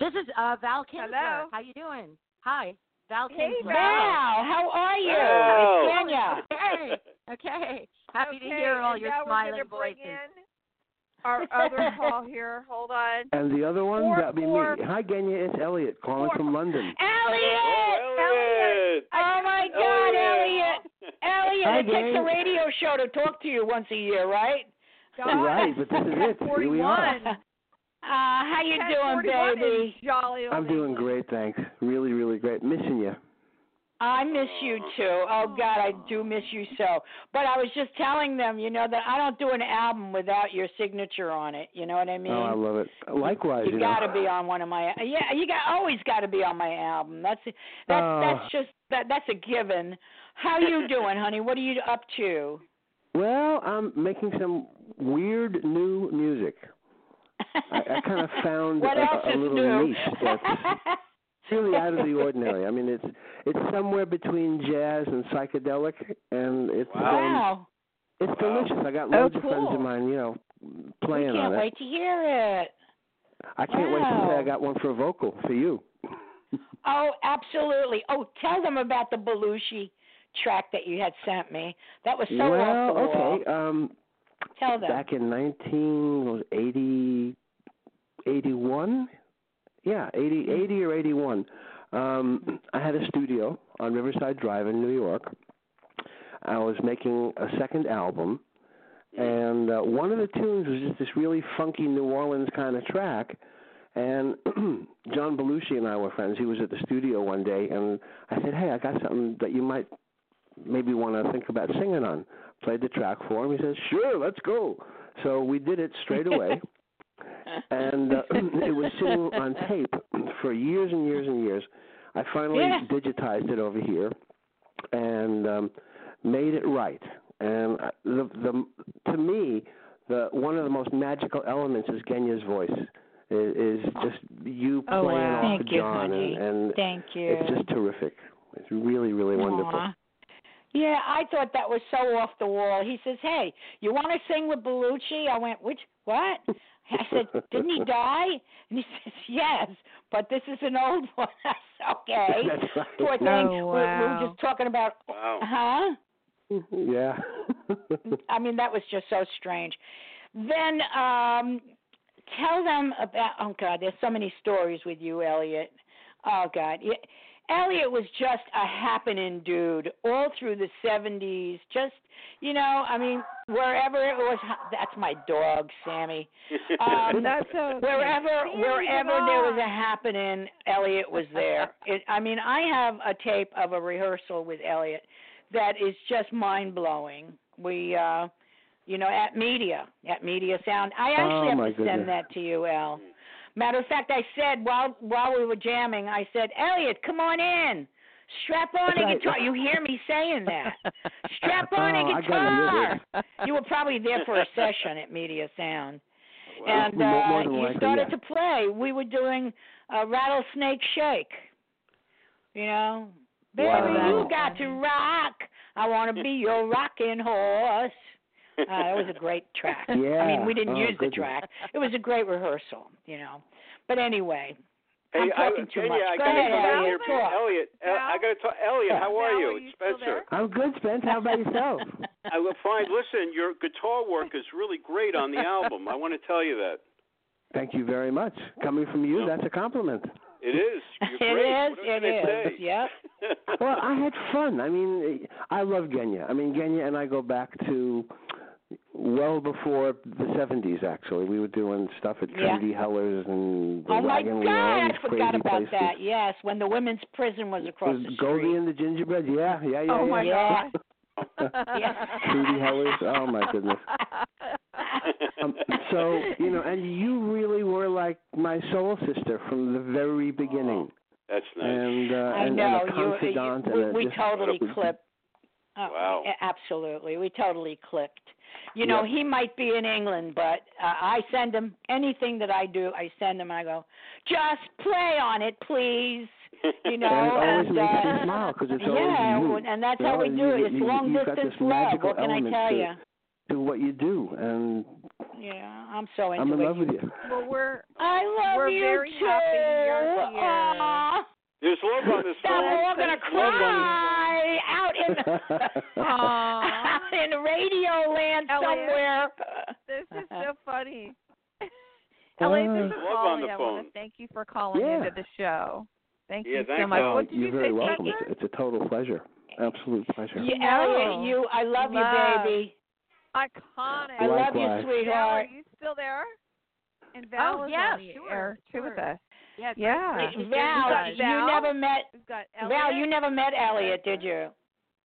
This is uh, Val Kinsler.
Hello?
How you doing? Hi, Val
Hey,
Kinsler.
Wow, how are you?
Wow.
Kenya.
Hey. Okay. Happy
okay,
to hear all
and
your
now we're
smiling
gonna bring
voices.
in our other call here. Hold on.
And the other one,
Four,
that'd be
four.
me. Hi, Genya. It's Elliot calling
Four.
from London.
Elliot!
Oh, Elliot.
Oh, my God, Elliot! Elliot,
Hi,
it takes a
gang.
radio show to talk to you once a year, right?
God,
Right, but this is it. [LAUGHS] Here we are.
[LAUGHS]
41.
Uh, how you doing,
1041
baby?
in Jolly old
I'm doing
England.
great, thanks. Really, really great. Missing you.
I miss you too. Oh God, I do miss you so. But I was just telling them, you know, that I don't do an album without your signature on it. You know what I mean?
oh, I love it. Likewise, you,
you
know.
got to be on one of my yeah. You got always got to be on my album. That's that's
Oh.
that's just that that's a given. How
[LAUGHS]
you doing, honey? What are you up to?
Well, I'm making some weird new music. I, I kind
[LAUGHS]
of found
what
a,
else
a
is
little
new?
niche that's
[LAUGHS]
really out of the ordinary. I mean, it's it's somewhere between jazz and psychedelic, and it's um,
wow.
it's
Wow.
delicious. I got loads of friends
cool.
of mine, you know,
Oh, We
playing
can't
on it.
wait to hear it.
I can't wait to say
Wow.
I got one for a vocal for you.
Oh, absolutely. Oh, tell them about the Belushi track that you had sent me. That was so
well,
off the wall.
okay. Um,
Tell them.
back in 1980, 81? Yeah, 80,
Mm-hmm.
80 or 81. Um, I had a studio on Riverside Drive in New York. I was making a second album, and uh, one of the tunes was just this really funky New Orleans kind of track. And [CLEARS THROAT] John Belushi and I were friends. He was at the studio one day, and I said, "Hey, I got something that you might maybe want to think about singing on." Played the track for him. He says, "Sure, let's go." So we did it straight away, and uh, [CLEARS THROAT] it was sitting on tape for years and years and years. I finally
Yeah.
digitized it over here and um, made it right. And I- the, the, to me, the one of the most magical elements is Genya's voice. i- Is, is just you
Oh,
playing
wow.
off
Thank
of
you,
John,
honey.
and, and
Thank you.
it's just terrific. It's really, really wonderful. [LAUGHS]
Aw. Yeah, I thought that was so off the wall. He says, "Hey, you want to sing with Belushi?" I went, "Which
What? I said, Didn't he die?
[LAUGHS]
And he says, Yes, but this is an old one. I said, Okay.
That's right.
[LAUGHS]
Poor thing.
Oh,
We- we were
wow.
just talking about,
Wow.
huh?
[LAUGHS] Yeah.
I mean, that was just so strange. Then um, tell them about. Oh God, there's so many stories with you, Elliot. Oh God, yeah. Elliot was just a happening dude all through the '70s. Just you know, I mean, wherever it was. That's my dog, Sammy.
[LAUGHS]
[LAUGHS]
Um,
That's so.
Wherever
Sammy,
wherever
come
there was
on.
a happening, Elliot was
[LAUGHS]
there. It, I mean, I have a tape of a rehearsal with Elliot that is just mind blowing. We, uh, you know, at media, at media sound. I
Oh,
actually
my
have to
goodness.
send that to you, Al. Matter of fact, I said while while we were jamming, I said, Elliot, come on in. Strap on a
Right.
guitar. You hear me saying that? Strap on
[LAUGHS] Oh, I
a
gotta hear
guitar.
this.
You were probably there for a session at Media Sound
Wow.
and
Mo- more
uh,
than
you
likely,
started
yeah.
to play. We were doing uh, rattlesnake shake. You know, baby,
Wow.
you got to rock. I want to be your rocking horse. Uh, it was a great
[LAUGHS]
track. I mean, we
Yeah.
didn't
Oh,
use
goodness.
the track. It was a great rehearsal. You know, but anyway, I'm
Hey, I-
talking too
Kenya,
much.
I
Go
gotta
ahead,
come in
Elliot.
here. Elliot, El- I gotta talk. Elliot, how are
Val,
you?
are
It's
you still
Spencer.
I'm good, Spence. How
[LAUGHS]
about yourself?
[LAUGHS] I will find. Listen, your guitar work is really great on the album. I want to tell you that.
Thank you very much. Coming from you, that's a compliment.
It is. You're
It
great.
is,
What else
it
can I
is.
say? [LAUGHS]
Yep.
Well, I had fun. I mean, I love Genya. I mean, Genya and I go back to well before the 70s, actually. We were doing stuff at
Yeah.
Trendy Hellers and the
Oh my
Wagon Wheel and
God! I
these
forgot
crazy
about
places.
that. Yes, when the women's prison was across
With
the
Goldie
street.
and the Gingerbread. Yeah, yeah, yeah.
Oh, my
yeah. [LAUGHS]
[LAUGHS]
Yeah.
Trudy Hellers. Oh, my goodness. [LAUGHS] Um, so, you know, and you really were like my soul sister from the very beginning.
That's Oh, nice.
and, uh,
I
and,
know
and a
you- you.
confidant.
we,
and a
we
just-
totally clipped. Uh,
Wow.
a- Absolutely, we totally clipped. You know,
Yeah.
he might be in England, but uh, I send him anything that I do. I send him. I go, just play on it, please. You know,
And it always
and,
makes
uh,
me smile because it's
yeah,
always you.
and that's
you
how
know,
we
and
do it.
you-
It's
you-
long
you've got
distance
this
love.
magical
What can I
element
tell
to-
you?
to what you do, and
Yeah, I'm so into
I'm in
it.
love with you.
[LAUGHS] well, we're
I love
We're
you
very
too.
happy you're here.
Aw.
[LAUGHS] There's love on this
Stop,
phone.
we're all gonna cry out in [LAUGHS] the
Aw.
out in radio land
Elliot.
somewhere.
this is
[LAUGHS]
so funny.
Uh,
Ellie, this is
Love on
Holly.
the
I want
phone.
to thank you for calling
Yeah.
into the show. Thank
Yeah,
you so
thanks,
much.
Ellie.
What did you
You're very
say,
welcome.
Spencer?
It's, it's a total pleasure, absolute pleasure.
You,
No.
Elliot, you, I love,
Love.
you, baby.
Iconic.
I love
Likewise.
you,
Val, are
sweetheart.
you still there? And Val
Oh,
is
yeah,
on the
sure,
air too
sure.
with us.
Yeah.
Yeah.
great.
Val,
She's
very
you
nice.
never met
We've got
Val.
Elliot.
You never met Elliot, did you?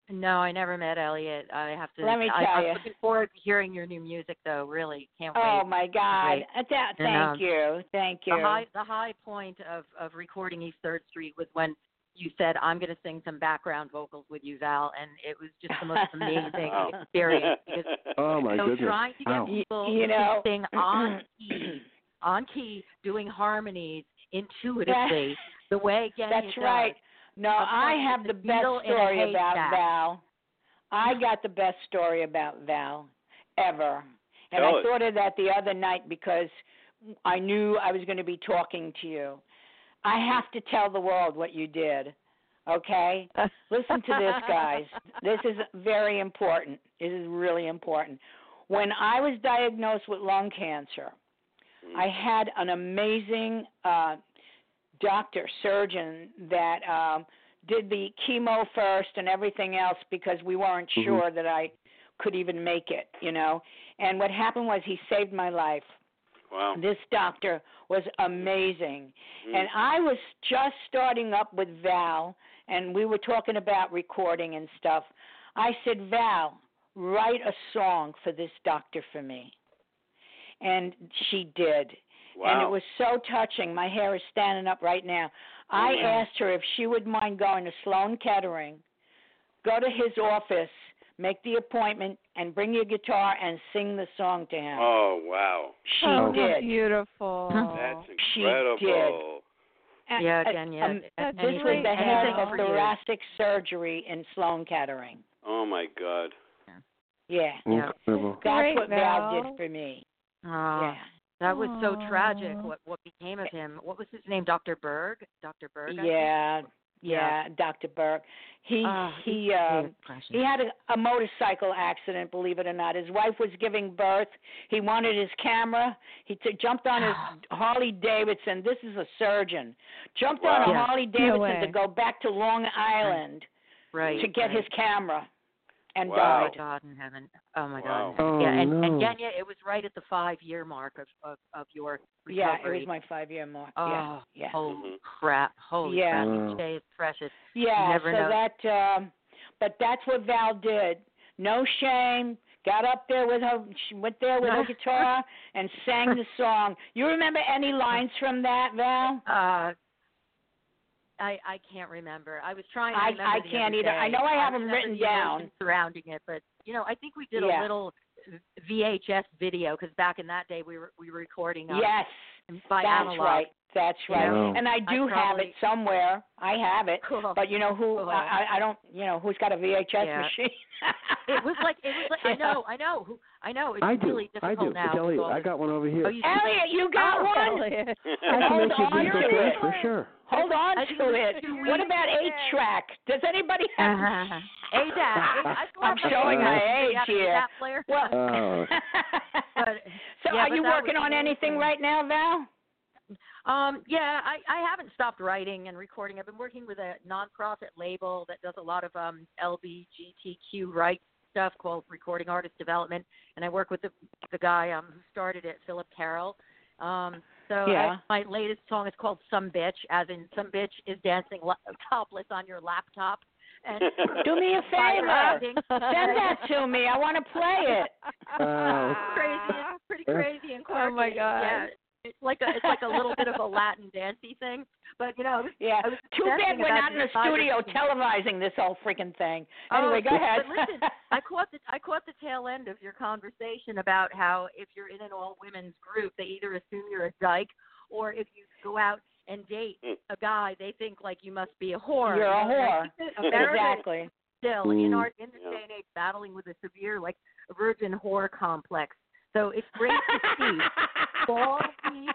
No, I never met Elliot. I have to.
Let me
I,
tell
I'm
ya.
looking forward to hearing your new music, though. Really, can't
Oh
wait.
my God!
Great.
Uh, That,
And,
thank
um,
you, thank you.
The high, the high point of of recording East Third Street was when you said, "I'm going to sing some background vocals with you, Val," and it was just
[LAUGHS]
the most
[LAUGHS]
amazing
Wow.
experience because
oh my
so
goodness!
trying to get
Wow.
Y-
people
you
to
know-
sing on
[CLEARS THROAT]
key, on key, doing harmonies intuitively, the way Genya
That's
does.
right. No,
Of
I
course,
have
it's
the
a
best
needle in a
story about
haystack.
Val. I got the best story about Val ever. And
Tell
I
us.
thought of that the other night because I knew I was going to be talking to you. I have to tell the world what you did.
[LAUGHS]
Okay? Listen to this, guys. This is very important. This is really important. When I was diagnosed with lung cancer, I had an amazing uh, doctor, surgeon that um, did the chemo first and everything else because we weren't
Mhm.
sure that I could even make it, you know. And what happened was he saved my life.
[LAUGHS] Wow. Hmm. Mm.
This doctor was amazing. And I was just starting up with Val, and we were talking about recording and stuff. I said, Val, write a song for this doctor for me. And she did.
wow. Oh,
And it was so touching. My hair is standing up right now. I
Wow.
asked her if she would mind going to Sloan Kettering, go to his office, make the appointment, and bring your guitar and sing the song to him.
oh wow.
She
oh,
did.
[LAUGHS]
beautiful.
That's
She
incredible.
A-
Yeah,
a-
Genya.
um,
that's
anything,
this was the head
anything
of
for you.
thoracic surgery in Sloan Kettering.
Oh my God.
Yeah.
Yeah.
Incredible.
That's
Great,
what Val did
Val.
for me.
Oh, that was so tragic. What what became of him? What was his name? Dr. Berg. Dr. Berg. I think?
yeah, yeah, Dr. Burke. He
Oh,
he
he
uh,
was precious.
he had a, a motorcycle accident. Believe it or not, his wife was giving birth. He wanted his camera. He t- jumped
[SIGHS]
on his Harley Davidson. This is a surgeon. Jumped on a
Yeah.
Harley Davidson to
way.
go back to Long Island
right.
to get
right.
his camera, and
Oh
Wow.
my God in heaven. Oh my
Wow.
God. in heaven. yeah, and,
Oh, no.
and Genya, it was right at the five year mark of, of, of your
died. Yeah, it
recovery.
was my five-year mark.
oh,
yeah, yeah.
holy
Mhm.
crap. Holy
Yeah.
crap.
Wow.
Each day is precious.
Yeah,
never
so
know.
that um but that's what Val did. No shame. Got up there with her she went there with her guitar and sang
[LAUGHS]
the song. You remember any lines from that, Val?
Uh, I I can't remember. I was trying to
I-
remember
I
the
can't
other
either. I
day.
know I have 'em
remember
written
the emotion
down.
surrounding it, but you know, I think we did
Yeah.
a little VHS video because back in that day we were we were recording on
Yes.
by
that's
analog.
right. That's
You
right.
know?
And I
I
do have it
probably-
somewhere. I have it.
Cool.
But you know who
Cool.
I, I- I don't you know who's got a VHS
Yeah.
machine.
[LAUGHS] it was like it was like I
[LAUGHS] Yeah.
know I know who I know it's
I do.
really
I
difficult
do.
now.
I tell
with
you,
all
I
the-
got one over here.
oh, you
Elliot, you
"Oh,
got
[LAUGHS]
one.
I can
hold
make you
on
visual
to it.
for sure.
Hold on
I
to
think we
it.
should do
What
really
about eight track? Does anybody have [LAUGHS]
Ada, I still
I'm
have my
showing my
phone.
age
Yeah,
here.
that player.
Well,
Oh.
But-
[LAUGHS] so
yeah,
are
but
you
that
working
was
on
really
anything
cool.
right now, Val?
Um, yeah, I, I haven't stopped writing and recording. I've been working with a nonprofit label that does a lot of um, LBGTQ rights stuff called Recording Artist Development, and I work with the the guy um, who started it, Philip Carroll. Um, so I-
Yeah.
my latest song is called "Some Bitch," as in some bitch is dancing la- topless on your laptop.
[LAUGHS]
And
[LAUGHS]
Do me a
by
favor.
[LAUGHS] rapping-
[LAUGHS] Send that
[LAUGHS]
to me. I want to play it.
Oh.
crazy. It's pretty
Yeah.
crazy and
Oh,
quirky.
my God.
Yeah, it's like a it's like a little bit of a Latin dancey thing. But you know,
Yeah.
I was
Too bad
obsessing
we're
about
not in a
these virus
studio
things.
televising this whole freaking thing. Anyway,
Oh,
go ahead.
But listen,
[LAUGHS]
I caught the I caught the tail end of your conversation about how if you're in an all women's group, they either assume you're a dyke, or if you go out and date
Mm.
a guy, they think like you must be a whore.
You're a
And I think that America
[LAUGHS]
is
exactly.
still in
Mm.
our in this
Yeah.
day and age battling with a severe like virgin whore complex. So it's great to
[LAUGHS]
see ballsy,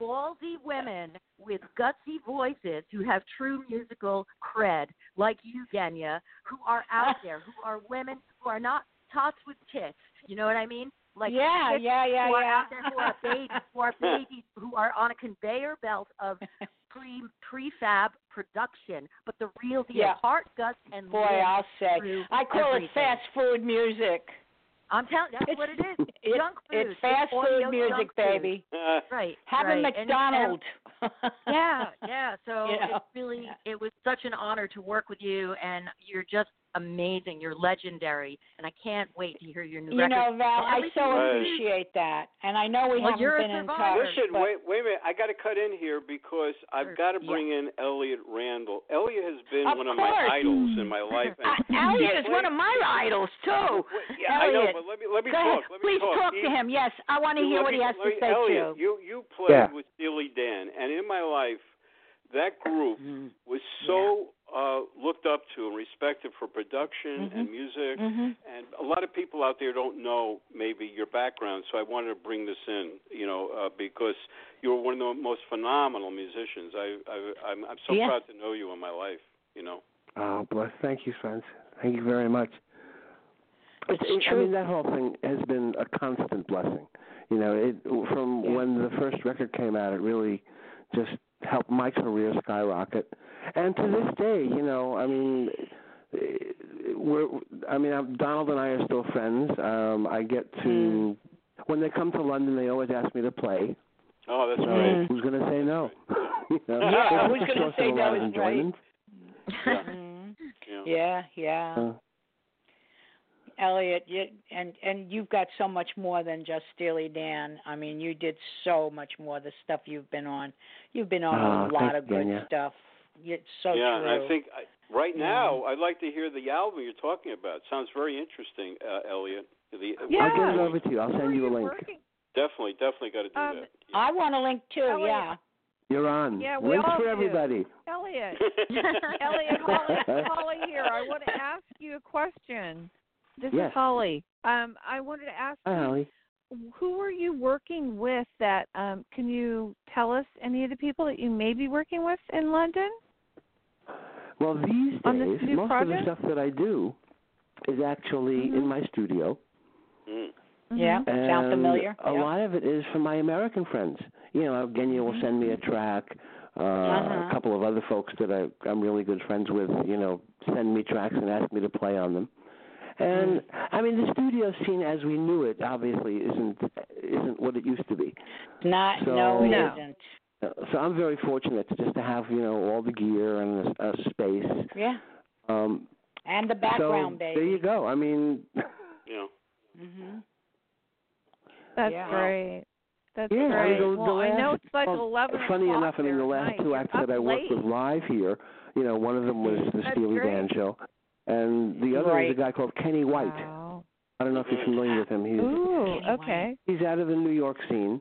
ballsy women with gutsy voices who have true musical cred, like you, Genya, who are out there, who are women who are not tots with tits. You know what I mean? Like
yeah,
chicks
yeah, yeah,
who are
yeah.
out there who are babies, who are babies, who are on a conveyor belt of
[LAUGHS]
pre prefab production, but the real deal,
Yeah.
heart, guts, and
Boy,
limbs
I'll say.
through
I call
everything.
it fast food music.
I'm telling that's
It's-
what it is.
It-
junk
[LAUGHS]
food.
It's fast
audio
food music,
junk food.
baby.
Right.
Having
right. And- and-
McDonald's.
[LAUGHS]
[LAUGHS]
yeah, yeah. So
You know?
it's really
Yeah.
it was such an honor to work with you and you're just amazing. You're legendary and I can't wait to hear your new
You
record.
know, Val, I
Everything
so
Right.
appreciate that, and I know we
Well,
haven't
you're a
been in touch.
survivor.
Listen,
but
wait, wait a minute. I got to cut in here because
Sure.
I've got to
Yeah.
bring in Elliot Randall. Elliot has been
Of
one of
course.
my idols in my life.
uh, Elliot is one of my idols too.
Wait, yeah, I know,
Elliot,
but let me let me
go ahead.
talk. Let me
Please talk,
He-
to him. Yes, I want to
Let
hear what
me-
he has
let
to
me-
say
Elliot,
too.
you you played
Yeah.
with Steely Dan, and in my life, that group
Mhm.
was so uh, looked up to and respected for production
Mhm.
and music.
Mhm.
And a lot of people out there don't know maybe your background, so I wanted to bring this in, you know, uh, because you're one of the most phenomenal musicians. I, I I'm, I'm so
Yeah.
proud to know you in my life. You know.
Oh, bless. Thank you, friends. Thank you very much.
It's
It- I
true.
mean, that whole thing has been a constant blessing. You know, it from
Yeah.
when the first record came out, it really just helped my career skyrocket. And to this day, you know, I mean, eh, we're. I mean, I'm, Donald and I are still friends. Um, I get to
Hmm.
when they come to London, they always ask me to play.
Oh, that's
So
great.
who's going to say no? [LAUGHS] you know,
Yeah,
it's
who's
a
gonna
source of
say
a
no
lot of
is right.
enjoyment.
[LAUGHS]
Mm-hmm.
Mhm.
Yeah.
Yeah, yeah.
Uh,
Elliot, you, and and you've got so much more than just Steely Dan. I mean, you did so much more. The stuff you've been on, you've been on
Oh,
a lot
thanks,
of good
Genya.
stuff. It's so
yeah,
true.
and I think I, right
Yeah.
now I'd like to hear the album you're talking about. Sounds very interesting, uh, Elliot. The,
Yeah.
I'll get it over to you. I'll send you a link.
Working.
Definitely, definitely got to do
Um,
that.
I want a link too.
Elliot.
yeah.
You're on.
Yeah, we
Links
all
for
do.
everybody.
Elliot.
Yeah.
[LAUGHS] Elliot, Holly,
[LAUGHS]
Holly here. I want to ask you a question. This
Yes. Uh-huh.
is Holly. Um, I wanted to ask
Hi,
you
Holly.
who were you working with? That um, can you tell us any of the people that you may be working with in London?
Well, these
On this
days,
new
most of
project? Mm-hmm.
the stuff that I do is actually in my studio.
[LAUGHS] Mm.
Yeah,
And
sound familiar?
A
yeah.
lot of it is from my American friends. You know, Evgenia will send me
Mm-hmm.
a track. Uh,
Uh-huh.
A couple of other folks that I, I'm really good friends with, you know, send me tracks and ask me to play on them. And
Mm-hmm.
I mean, the studio scene as we knew it obviously isn't isn't what it used to be.
Not
So-
no, it
No.
not
Uh, So I'm very fortunate to just to have you know all the gear and a, a space.
Yeah,
Um,
and the background
so
baby.
there you go. Uh, I
[LAUGHS]
mean,
Yeah.
hmm
That's
Yeah.
great. That's
Yeah, I mean,
great.
the- the
well, I know
last-
it's like
well,
eleven
Funny
o'clock
enough, I mean,
there
the
at
last
night.
two
You're
acts
up
that I worked
late.
with live here, you know, one of them was the
That's
Steely
great.
Dan show, and the other
Right.
is a guy called Kenny White.
Wow.
I don't know if you're familiar with him. He's
Ooh,
Anyway.
okay.
he's out of the New York scene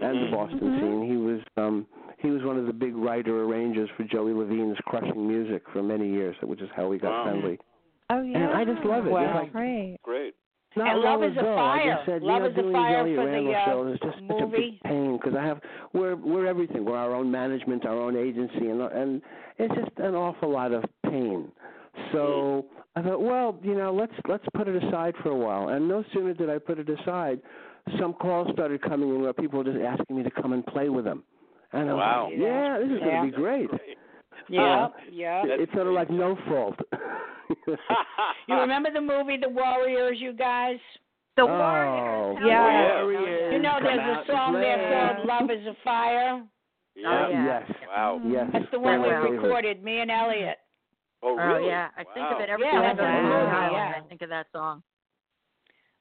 and the
Mhm.
Boston
Mhm.
scene. He was um he was one of the big writer arrangers for Joey Levine's Crushing Music for many years, which is how we got
Wow.
friendly.
Oh yeah.
I just love it.
Wow.
It's like-
Great.
Great.
Not
And
long
Love is a
ago, I
Fire.
just said,
Love
you know,
is a
doing
Fire
these Elliot
for the,
Randall
uh,
shows is just such a
movie.
big pain because I have we're we're everything. We're our own management, our own agency, and and it's just an awful lot of pain. So
Mm.
I thought, well, you know, let's let's put it aside for a while. And no sooner did I put it aside, some calls started coming in where people were just asking me to come and play with them. And I was
Wow.
like, yeah, this is
Yeah.
going to be great.
Yeah,
Yeah.
yeah.
That's
It- It's sort of
great.
like no fault. [LAUGHS]
You
[LAUGHS]
remember the movie The Warriors, you guys?
The
oh,
Warriors.
Yeah.
Yeah.
Warriors,
You know,
come
there's
out
a
to
song there
play.
called Love is a Fire.
yeah.
Oh, yeah.
Yes.
Wow.
Yes.
That's the one we
Wow.
recorded, me and Elliot.
Oh,
Oh
really?
yeah, I think of it every
Yeah,
time I
that's
go to
a
Rhode
movie,
Island.
yeah.
I think of that song. [LAUGHS]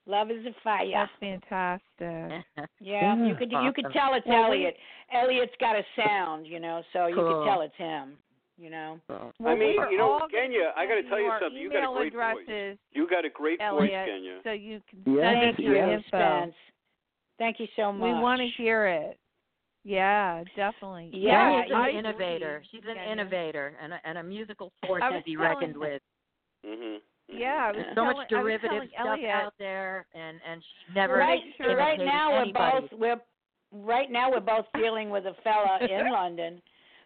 Love is a Fire.
That's fantastic.
Yeah,
Yeah.
you could you could
Awesome.
tell it's
Well, we-
Elliot. Elliot's got a sound, you know, so you
Cool.
could tell it's him. You know.
Well,
I mean,
we are
you know,
all gonna
Kenya, I gotta
send
tell you
our
something. You got a
email
great voice.
addresses,
You got a great voice,
Elliot,
Kenya.
so you can
Yes,
send us
Thank
your
you,
yes.
info.
Spence. Thank you so much.
We want to hear it. Yeah, definitely.
Yeah,
She's an
I-
innovator. She's an
Yeah.
innovator and a, and a musical force
I
to
was
be
telling
reckoned
him-
with.
Mhm. Mhm.
Yeah, I was
So
telling,
much
I was
derivative
telling
stuff
Elliot,
out there, and and she never
right,
sure-
right now we're
anybody.
both we're right now we're both dealing with a fella
[LAUGHS]
in London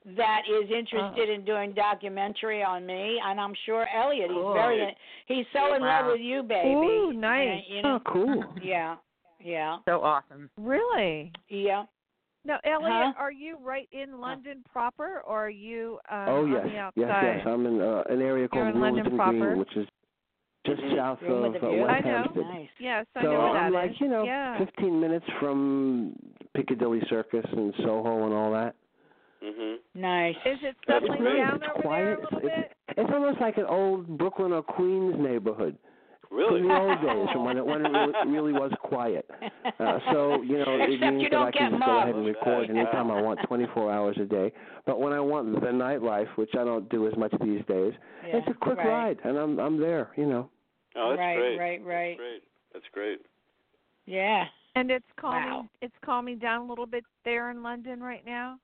that
Oh.
is interested in doing documentary on me, and I'm sure Elliot. He's
Cool.
very in, he's so in love
Wow.
with you, baby.
Ooh,
Yeah,
nice.
You
Oh,
[LAUGHS]
know,
cool.
yeah, yeah,
So awesome.
really?
yeah.
Now, Elliot,
Huh?
are you right in London proper, or are you um,
oh
on
yes,
the
yes,
outside?
yes. I'm in uh, an area
You're
called
in London
Wilmington
proper.
Green, which is just
Mhm.
south
Room
of
with the
uh,
view.
West
I know.
Hampstead.
Nice.
Yes, I
so
know where that
I'm
is.
like, you know,
yeah.
15 minutes from Piccadilly Circus and Soho and all that.
Mhm.
Nice.
Is it
That's
settling
great.
down
It's
over
quiet.
there a little
It's-
bit?
It's almost like an old Brooklyn or Queens neighborhood
Really?
from
[LAUGHS]
[LAUGHS]
the old days, from when it, when it really, really was quiet. Uh, so you
[LAUGHS]
know, it
[LAUGHS] Except
means
you
that
don't
I can
get
just go ahead and
mobbed.
record
Yeah.
anytime I want, 24 hours a day. But when I want the nightlife, which I don't do as much these days,
Yeah,
it's a quick
right.
ride, and I'm I'm there. You know.
Oh, that's
right,
great.
right, right.
Great. That's great.
Yeah.
And it's calming.
Wow.
It's calming down a little bit there in London right now.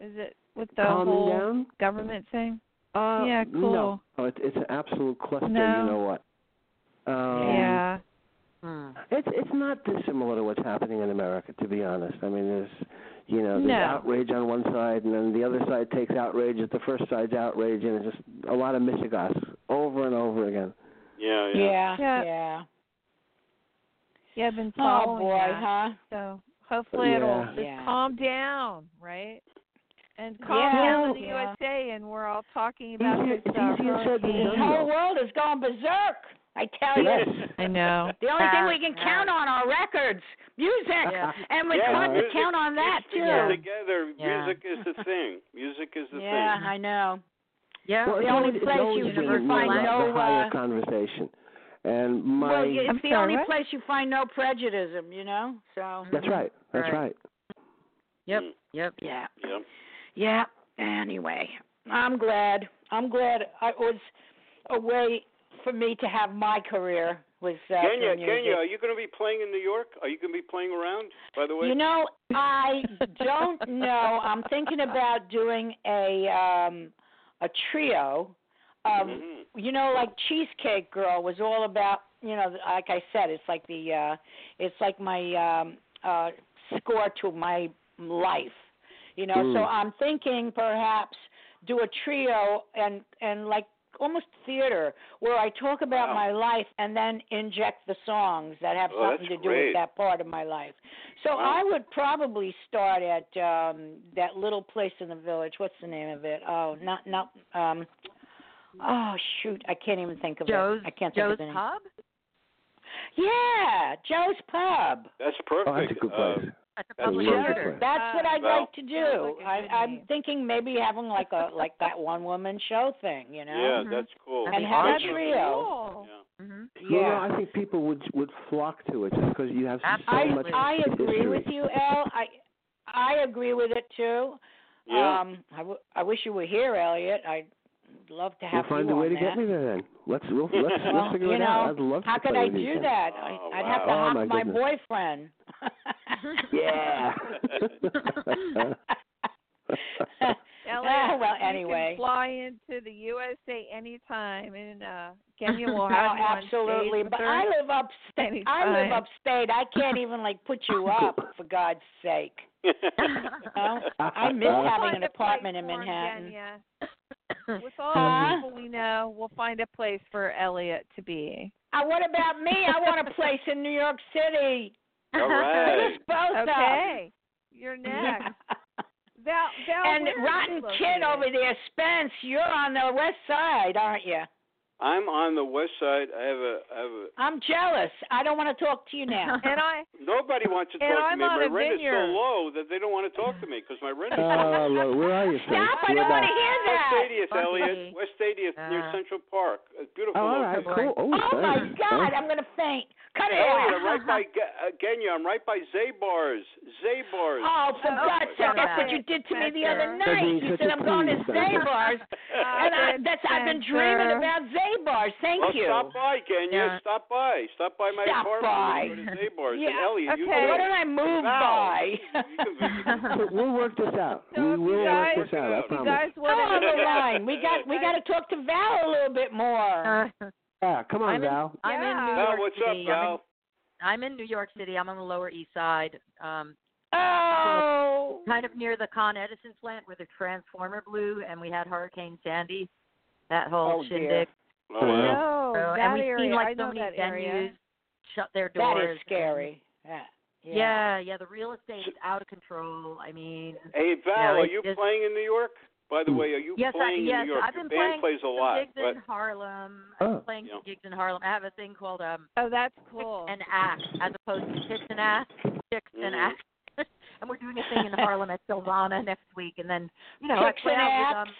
Is it with the
Calming
whole
down?
government thing?
Uh,
Yeah, cool.
No, oh, it's it's an absolute cluster.
No.
You know what? Um,
yeah.
Hmm.
It's it's not dissimilar to what's happening in America, to be honest. I mean, there's you know there's
No.
outrage on one side, and then the other side takes outrage at the first side's outrage, and it's just a lot of mishigas over and over again.
Oh, Yeah, yeah.
Yeah.
Yeah.
yeah.
Yeah, I've been
Oh
following
boy,
that.
huh?
So hopefully it'll
Yeah.
just
Yeah.
calm down, right? And
Yeah.
calm down in the
Yeah.
USA, and we're all talking about
Easier-
this
it's
uh,
easier said
This
than
hurricane.
done.
whole world is going berserk. I tell Oh, you.
Yes.
I know.
The only thing
Yeah,
we can
yeah.
count on are records, music,
Yeah.
and we
Yeah,
want to
music-
count on that
music
Yeah.
is
too.
Together,
Yeah.
music is the thing. Music is the
Yeah,
thing.
I know.
Yeah.
Well,
The
it's
only
always, it's
place
always
you
been
can
more
find
about
no,
the higher
uh,
conversation, and my
well, it's
I'm
the
sorry,
only
what?
place you find no prejudicism, you know. So
that's right, that's
Right.
right.
Yep.
Mm.
Yep.
yeah,
Yep.
yeah. Anyway, I'm glad. I'm glad I was a way for me to have my career was uh, through
Kenya,
music.
Kenya, are you going to be playing in New York? Are you going to be playing around? By the way.
You know, I don't know. I'm thinking about doing a um a trio of
Mhm.
um,
Mm-hmm.
you know, like Cheesecake Girl was all about you know, like I said, it's like the uh it's like my um uh score to my life. You know, so
Mm.
I'm thinking perhaps do a trio and and like almost theater where I talk about
Wow.
my life and then inject the songs that have
Oh,
something to
that's
do
great.
with that part of my life. So
Wow.
I would probably start at um that little place in the village. What's the name of it? Oh, not not um Oh shoot, I can't even think of
Joe's
it. I can't think
Joe's
of the name.
Pub.
Yeah, Joe's Pub.
That's perfect.
Oh, that's a good
Uh,
place.
That's a
That's
public
a really
Joe's-
good
theater.
place.
That's what I'd
Well-
like to do.
Uh, Sounds like a
I,
good
I'm
name.
thinking maybe having like a like that one woman show thing, you know? Mm-hmm.
Yeah, that's cool.
And
And
the
have a
That's
audience-
trio.
Cool.
Yeah.
hmm
No,
Yeah.
no, I think people would would flock to it just because you have so
I
much.
I agree
history.
with you, Al. I I agree with it too.
Yeah.
Um I, w- I wish you were here, Elliot. I'd love to
We'll
have
find
you
a way
on
to
that.
get me there then. Let's we'll, let's
Well,
let's figure
you
it
know,
out. I'd love
How
to
could
play
I
with you
do
then.
that?
Oh,
I, I'd have to
wow. Oh,
hop
my
my
goodness.
boyfriend. [LAUGHS]
Yeah. [LAUGHS]
Elliot,
[LAUGHS] Ah, well,
you can
anyway.
fly into the USA anytime, and uh, Kenya
[LAUGHS]
will
no,
have you on
Oh, absolutely.
stage with
But
her.
I live upstate. I live
Anytime.
upstate. I can't even like put
[LAUGHS]
you up for God's sake. [LAUGHS]
[LAUGHS]
You know? I miss
We'll
having
find
an
a place
apartment in
for him,
Manhattan. Uh-huh.
Kenya. With all
Huh?
the people we know, we'll find a place for Elliot to be.
Uh, what about me? I want a place in New York City.
[LAUGHS] All right.
Hit us both up.
Okay. You're next.
[LAUGHS]
Val, Val,
and
where are you
rotten
located?
kid over there, Spence. You're on the west side, aren't you?
I'm on the west side. I have a. I have a
I'm jealous. I don't want to talk to you now.
[LAUGHS] And
[LAUGHS]
I
nobody wants to talk
And
to
I'm
me.
on a
My rent
vineyard.
is so low that they don't want to talk to me because my
[LAUGHS]
rent is so
Oh, Lord, where are you, Frank?
Stop! I don't
You're back.
want to hear
West
that.
80th,
Funny.
Elliot. West 80th near
Ah.
Central Park. A beautiful
Oh, all right,
location.
cool. Oh,
Oh my
thanks.
God!
Thanks.
I'm gonna faint. Cut it
Elliot, I'm right
out. [LAUGHS]
by Ge- uh, Genya. I'm right by Zabar's. Zabar's. [LAUGHS]
Oh, for God's sake! That's what
okay.
you did to me the other
Spencer.
night.
You're being
You
such
said
a
I'm going to
prude, Spencer.
Zabar's, and I,
good,
that's I've been
Spencer.
dreaming about Zabar's. Thank
well,
you.
stop by, Genya.
Yeah.
Stop by. Stop by my
Stop
apartment.
by.
We go to Zabar's.
Yeah,
And Elliot, you
okay.
Why
do
don't
it.
I move
Val,
by? [LAUGHS]
you
[LAUGHS]
can visit.
But [LAUGHS] we'll work this out.
So
we
if you
will
guys-
work this out. I
if you
promise.
guys
Come on
want
[LAUGHS]
the
to
line. We got we got to talk to Val a little bit more.
yeah, come on,
I'm in-
Val.
uh, I'm in
Uh, Yeah.
New
Oh,
Val,
York
what's up,
City. I'm, in,
Val?
I'm in New York City. I'm on the Lower East Side, um,
Oh,
kind
Mm-hmm.
of near the Con Edison plant where the transformer blew, and we had Hurricane Sandy. That whole
Oh, dear.
shindig.
Oh,
Wow.
yeah.
No,
So,
that
and we've
area.
seen like
I
so
know
many
that
venues
area.
shut their doors.
that is scary. Yeah.
And- Yeah. yeah, The real estate is out of control. I mean,
Hey, Val,
Yeah,
are
it's
you
just- Mm.
playing in New York? By the way, are you
yes, I,
playing
yes,
in New York?
I've
Your
been
band
playing
plays a
some
lot.
gigs
but-
in Harlem. I've
Oh.
been playing some
Yeah.
gigs in Harlem. I have a thing called um
Oh, that's
Chicks
cool.
and act as opposed to tits and ass, chicks
Mm-hmm.
and
Mhm.
act. [LAUGHS] and we're doing a thing in Harlem at Silvana next week, and then you know
Chicks
I play
and
out with,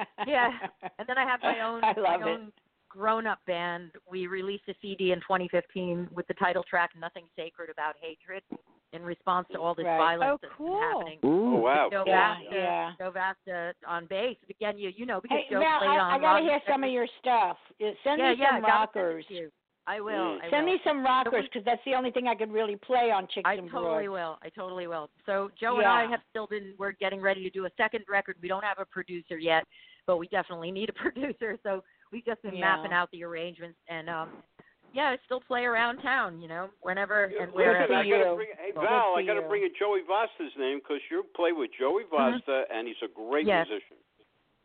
acts.
um,
[LAUGHS]
yeah. and then I have my own
I love
my
it.
own grown-up band. We released a CD in 2015 with the title track "Nothing Sacred About Hatred" in response to all this
Right.
violence
Oh,
that's
cool.
been happening.
Ooh.
Oh, wow.
Joe
Yeah,
Vasta,
yeah.
Joe Vasta on bass. Again, you you know because
Hey,
Joe
Val,
played
I,
on.
I gotta
Rodney
hear some of
Piper's-
your stuff. Uh, Send
yeah,
me
yeah,
some
I gotta send it
rockers.
to you. I will.
Mm.
I
Send
will.
me some rockers
we-
because that's the only thing I could really play on Chicks
I
and
totally
Broads.
will. I totally will. So
Yeah.
Joe and I have still been we're getting ready to do a second record. We don't have a producer yet, but we definitely need a [LAUGHS] producer. So we've just been
Yeah.
mapping out the arrangements and um yeah, I still play around town, you know, whenever
Yeah,
and
Good for
wherever.
I gotta
you.
bring, hey
Good
Val,
for
I got to
you.
bring in Joey Vasta's name because you play with Joey Vasta, and he's a great
Mm-hmm. Yes.
musician,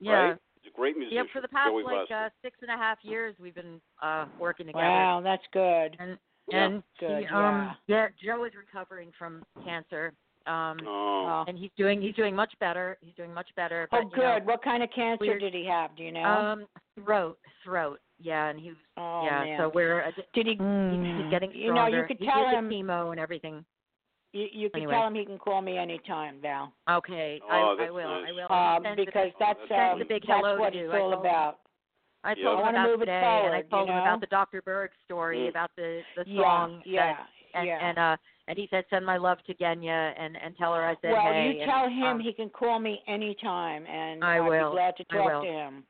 yeah.
right? He's a great musician.
Yeah, for the past
Joey
like
Vasta.
uh six and a half years we've been uh working together.
Wow, that's good.
And
Yeah.
and
Good,
he, um yeah, Joe is recovering from cancer. Um
oh.
and he's doing he's doing much better. He's doing much better.
Oh,
but, you know,
good. What kind of cancer
we're-
did he have? Do you know?
Um, throat, throat. Yeah, and he was.
oh
yeah,
man.
so we're uh,
did he?
he's,
Mm.
he's getting stronger.
You know, you could
he
tell
did the
him-
chemo and everything.
You, you can
Anyway.
tell him he can call me anytime, Val,
Okay,
Oh,
I, I
that's
will.
nice.
I will.
um,
Send the-
because
Oh,
that's
that's
um,
nice.
Big
that's
hello to
what
do.
it's
I
all
told him.
about.
I
Yeah. I
told him
wanna
about
move it
today, and I
forward, you
told him
know?
about the Dr. Berg story
Mm.
about the the
Yeah,
song.
yeah,
That, and
yeah.
and uh and he said send my love to Genya and and tell her I said
well,
hey.
you
and,
tell him
um,
he can call me anytime, and
I
would
will.
be glad to
I
talk
will.
to him.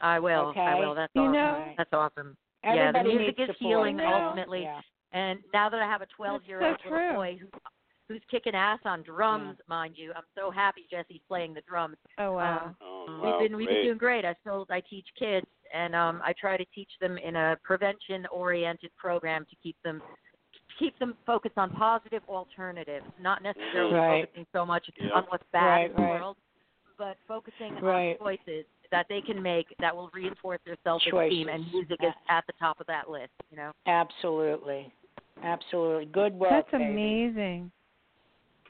I will.
okay.
I will. That's
You
awesome.
know-
That's awesome. Yeah, the
Everybody
music
needs
is
support.
healing
You know-
ultimately.
Yeah.
And now that I have a 12 year old
That's so
little
true.
boy who, who's kicking ass
Mm.
on drums, mind you, I'm so happy Jesse's playing the drums.
Oh wow.
Um,
Oh,
we've
wow,
been we've been
great.
doing great. I still I teach kids and um, I try to teach them in a prevention-oriented program to keep them keep them focused on positive alternatives, not necessarily
Right.
focusing so much
Mm. Yeah.
on what's bad
Right,
in the
right.
world, but focusing
Right.
on choices that they can make that will reinforce their self-esteem, and
Choices.
music is at the top of that list. You know.
Absolutely. Absolutely. Good work.
That's
baby.
amazing.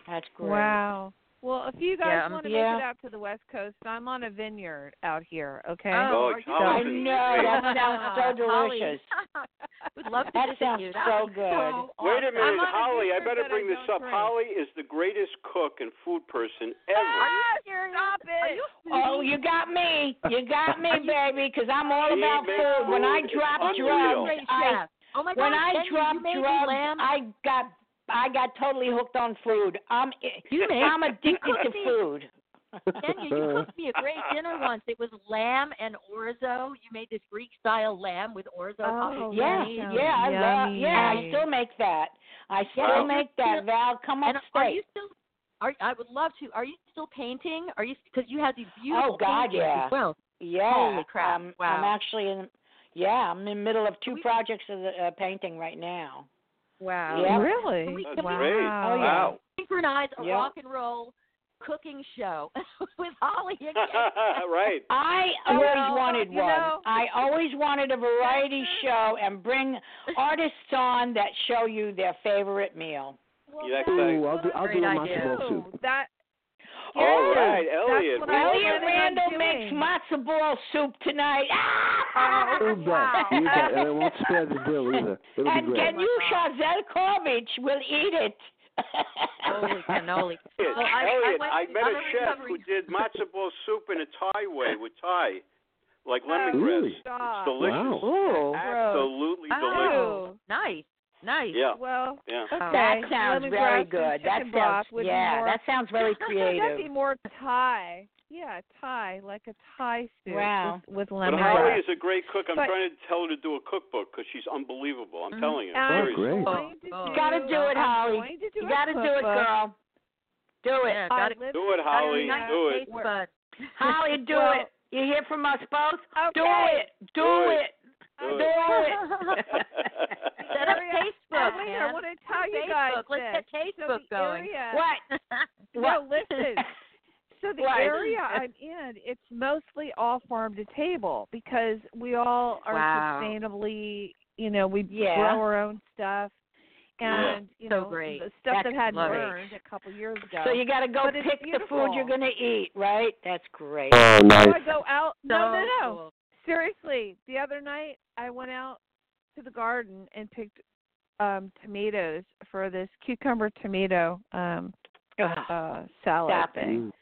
That's great.
Wow. Well, if you guys
Yeah, I'm-
want to
yeah.
make it out to the West Coast, I'm on a vineyard out here. Okay.
Oh,
Oh,
it's
are
I
you-
[LAUGHS]
Holly.
know. [LAUGHS] That
[LAUGHS]
sounds so
Holly.
delicious.
Would love to
That
visit
sounds
you.
so
would be
good.
so
Wait a
awesome.
minute,
on a
Holly. I
secret
better
that I
bring this
don't
up.
drink.
Holly is the greatest cook and
[LAUGHS]
food person ever.
Yes, stop it.
Are you
Oh, you got me. You got
[LAUGHS]
me, baby, because I'm all
He
about
makes
food. When I
food
dropped
unreal.
drugs,
serious?
I
oh my
when
God,
I
Ken,
dropped
you made me
drugs,
lamb.
I got I got totally hooked on food. I'm
You
[LAUGHS]
made-
I'm addicted to
cooked me-
food.
Kenya, you
Uh.
cooked me a great dinner once. It was lamb and orzo. You made this Greek style lamb with orzo.
Oh,
Yeah,
that
yeah,
sounds
I love.
yummy.
Yeah, I still make that. I still
Wow.
make that. Val, come
and
up
are
straight.
you still? Are I would love to. Are you still painting? Are you because you had these beautiful
Oh, God,
paintings
yeah.
as well.
Yeah.
Holy crap,
I'm, I'm
wow.
actually in. Yeah, I'm in the middle of two
We-
projects of the uh, painting right now.
Wow.
Yeah.
Really?
We-
That's
Wow.
great.
Oh, yeah.
Wow.
Synchronize a
Yeah.
rock and roll cooking show [LAUGHS] with Holly
[LAUGHS]
and
right.
I
Oh,
always
well,
wanted
you
one.
know-
I always wanted a variety show and bring artists on that show you their favorite meal.
Well,
Yeah,
that's
exactly.
what
Ooh, I'll do- I'll
I'm
do a
gonna
matzo
[LAUGHS]
ball
do.
soup.
That
All
Yes,
right,
that's
Elliot.
what I
well,
was
Elliot
planning on
Randall makes
doing.
matzo ball soup tonight. [LAUGHS] Ah!
Oh,
You bet. You bet. And it won't spare the bill
[LAUGHS]
either. It'll be
and
great.
can you, Shazel Kovic, will eat it.
Oh,
Holy
[LAUGHS]
cannoli.
Elliot,
Well, I- I
Elliot,
went
I,
to-
met
I'm
a
a
chef who
recovering-
did matzo ball soup in a Thai way with Thai, like lemongrass.
Really?
It's
stop.
delicious.
Wow.
Ooh.
Absolutely delicious.
Oh,
Nice, nice.
Yeah.
well,
Yeah.
okay.
That sounds
lemongrass
very
and
good. That
chicken
sounds
broth would be
yeah.
more-
That sounds
[LAUGHS]
very
That'd be
creative.
more Thai. Yeah, Thai, like a Thai soup
Wow.
with, with
But
lemon.
Holly is a great cook. I'm
But- Mm-hmm.
trying to tell her to do a cookbook because she's unbelievable. I'm
Mhm.
telling you.
I'm
seriously.
great.
going to
Oh,
do-
gotta do it, Holly.
I'm going to do
You
a
got to do it,
cookbook.
girl. Do it.
Yeah,
I
got it.
live-
Do it,
Got
Holly.
nice
Do it.
Taste buds.
Holly, do
Well-
it. You hear from us both? Do
Okay.
it. Do
Do
it.
Do
Do it.
[LAUGHS]
Set up
Area-
Facebook,
Wait, I
man.
want to tell you
Facebook.
guys
Let's
this.
get
so
Facebook
the
going.
Area,
[LAUGHS]
What?
No,
What?
listen. So
[LAUGHS]
the
Right.
area I'm in, it's mostly all farm to table because we all are
Wow.
sustainably, you know, we
Yeah.
grow our own stuff, and you
So
know,
great.
the stuff
That's
that had
lovely.
burned a couple years ago.
So you got to go
But it's
pick the food
beautiful.
you're going to eat, right? That's great.
Oh,
So
nice.
I go out. no, no,
So
no.
cool.
Seriously, the other night I went out to the garden and picked um tomatoes for this cucumber tomato um
Ugh,
uh salad
Stop it.
thing.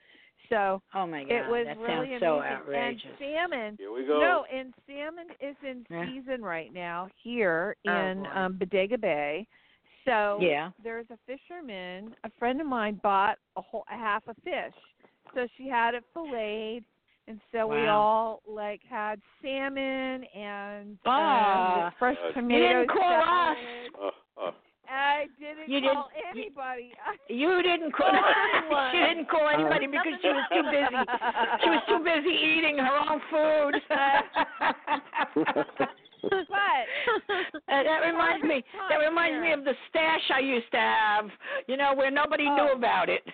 So
Oh my God,
it was
that
really
sounds so
amazing.
outrageous.
And salmon
Here we go.
No, and salmon is in
Yeah.
season right now here
Oh,
in
boy.
um Bodega Bay. So
yeah.
there's a fisherman, a friend of mine bought a whole a half a fish. So she had it filleted and so we
Wow.
all like had salmon and um,
Ah.
with fresh
Good.
tomatoes.
You didn't call us.
salad.
Uh, uh.
I didn't
You
call
didn't- you-
anybody. [LAUGHS]
You didn't
Oh,
call.
Everyone.
she didn't
Oh.
call anybody because she was too busy. She was too busy eating her own
[LAUGHS]
food.
But-
Uh, that reminds me. That reminds me of the stash I used to have. You know, where nobody knew
Oh. [LAUGHS]
about it.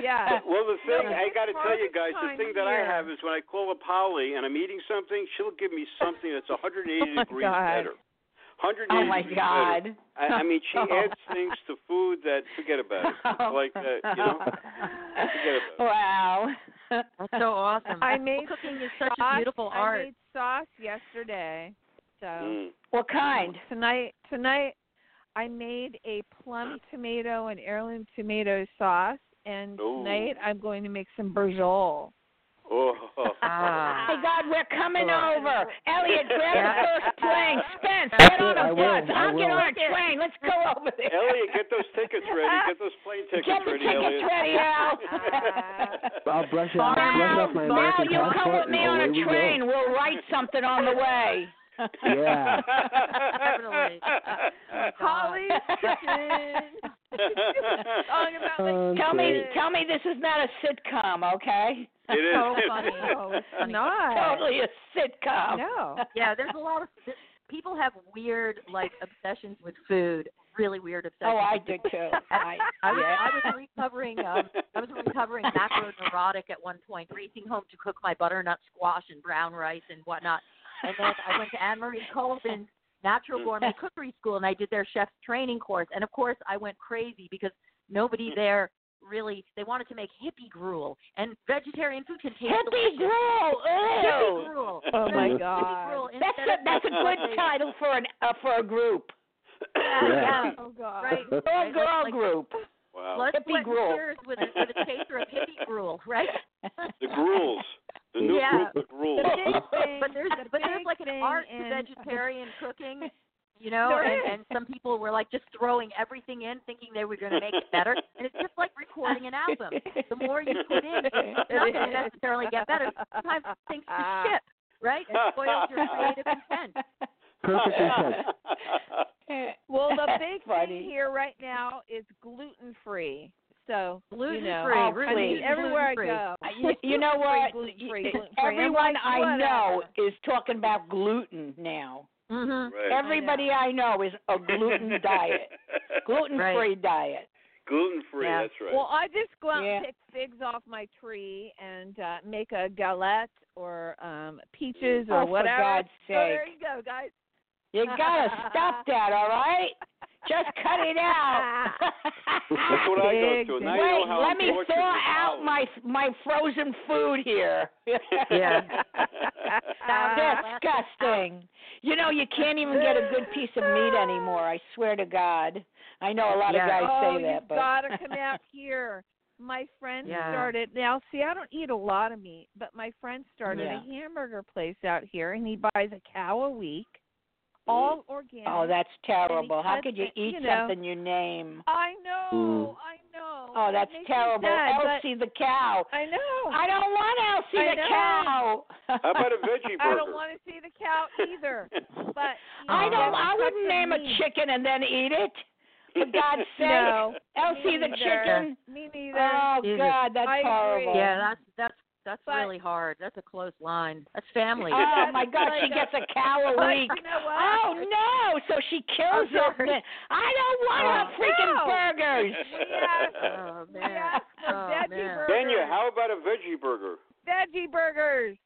yeah.
Well, the thing
Yeah.
I got to tell you
Harvest
guys, the
time
thing that I
here.
have is when I call up Holly and I'm eating something, she'll give me something that's 180
Oh, my
degrees
God.
better. 180
[LAUGHS] oh my
degrees better.
God.
I, I mean, she adds things to food that forget about
[LAUGHS]
it. It's like that, you know.
Wow.
That's so awesome.
I made
cooking
some
is such
sauce.
a beautiful
I
art.
made sauce yesterday. So
Mm.
What kind?
tonight tonight I made a plum tomato and heirloom tomato sauce and
Ooh.
tonight I'm going to make some brujol.
Oh.
Ah.
My God, we're coming over. Elliot, grab
Yeah.
the first plane. Spence,
That's
get on
it,
a
I will,
bus.
I
I'll get
will.
on a train. Let's go over there.
[LAUGHS] Elliot, get those tickets ready. Get those plane tickets
Get the
ready,
tickets
Elliot.
ready, Al.
[LAUGHS]
I'll brush it
Now,
out, brush off my
now
American
you come with
passport,
me
and
on
away
a
we go.
train. We'll write something on the
[LAUGHS]
way.
Yeah.
Definitely.
[LAUGHS] Holly's kitchen.
song about like
Okay.
Oh, Tell me,
[LAUGHS]
tell me, this is not a sitcom, okay?
It is. [LAUGHS]
[LAUGHS]
So funny.
oh, it's not.
Totally a sitcom.
No.
[LAUGHS]
yeah, there's a lot of th- people have weird like obsessions with food. Really weird obsessions.
Oh, I
with
did
food. [LAUGHS]
too. I,
I was,
yeah. [LAUGHS]
I was recovering. Um, I was a recovering macroneurotic at one point, racing home to cook my butternut squash and brown rice and whatnot. And then I went to Anne Marie Colvin's
[LAUGHS]
Natural Gourmet Cookery School, and I did their chef's training course. And of course, I went crazy because
Mm.
nobody there really they wanted to make hippie gruel and vegetarian food can taste
Hippie
delicious.
Gruel.
Hippie
Ew.
gruel.
Oh my
[LAUGHS]
That's
Hippie
god.
gruel
That's
instead
a
of-
that's a good title for an uh, for a group
Yeah,
Yeah.
yeah.
Oh god.
[LAUGHS]
Right.
or
Right,
a
like-
girl
like-
group.
Wow.
Blood,
Hippie
sweat, and
gruel.
tears with a, with a taster of hippie gruel, [LAUGHS] right?
The Gruels. The new
Yeah.
group, the Gruels.
The big thing,
But there's
the
but there's
big
like an
thing
art
in- [LAUGHS]
to [LAUGHS] vegetarian cooking, you [LAUGHS] know,
There is.
and, and some people were like just throwing everything in, thinking they were going to make it better, and it's just like recording an [LAUGHS] album. The more you put in, it's not going to necessarily get better. Sometimes things [LAUGHS]
[LAUGHS]
just ship, right? It spoils your [LAUGHS] creative intent.
[LAUGHS]
Perfectly said.
Well,
[LAUGHS]
[LAUGHS]
the big
Funny.
thing here right now is gluten free. So
Gluten
you know,
free,
Oh,
I mean,
really.
everywhere I
gluten-free.
go,
Uh, You, you know
[LAUGHS]
what?
Gluten-free, gluten-free,
Y-
gluten-free. I'm
Everyone
like,
I know
whatever.
is talking about gluten now.
hmm
Right.
Everybody I know is
[LAUGHS]
a gluten diet, gluten free diet.
Gluten free.
Yeah.
That's right.
Well, I just go out
Yeah.
and pick figs off my tree and uh, make a galette or um peaches or
Oh, for
whatever.
God's
So there
sake.
you go, guys.
You gotta stop that, all right? Just cut
[LAUGHS]
it out.
that's what I go to. And [LAUGHS] now you know
Wait,
how
let me
tortured
thaw
this [LAUGHS]
out
hour
my [LAUGHS] my frozen food here.
[LAUGHS] Yeah. Uh,
Disgusting. You know, you can't even get a good piece of meat anymore. I swear to God. I know a lot
Yeah.
of guys
oh,
say that,
you
but
gotta
[LAUGHS]
come out here. My friend
Yeah.
started now. See, I don't eat a lot of meat, but my friend started
Yeah.
a hamburger place out here, and he buys a cow a week, all organic.
oh, that's terrible. How
cuts
could you
it,
eat
you know.
something you name?
I know,
Mm.
I know.
Oh,
It
that's
makes me
terrible.
sad, but-
Elsie the cow.
I know.
I don't want Elsie
I
the
know.
cow.
How
[LAUGHS]
about a veggie burger?
I don't want to see the cow either. But you
I
know,
don't.
Oh, that's
I
such
wouldn't name
need.
a chicken and then eat it.
[LAUGHS]
For God's sake,
No,
Elsie the
neither.
chicken.
Me neither.
Oh
Jesus.
God, that's
I agree.
horrible.
Yeah, that's that's that's
But-
really hard. That's a close line. That's family.
Oh my
That's
God,
like
she
a-
gets a cow
[LAUGHS]
a
but
week.
you know what?
Oh no! So she kills
I'm sorry.
us. I don't want her
Oh,
freaking
no. [LAUGHS]
burgers.
[LAUGHS]
[LAUGHS] oh man.
Yeah, for
oh,
veggie
man.
burgers.
Benya, how about a veggie burger?
Veggie burgers.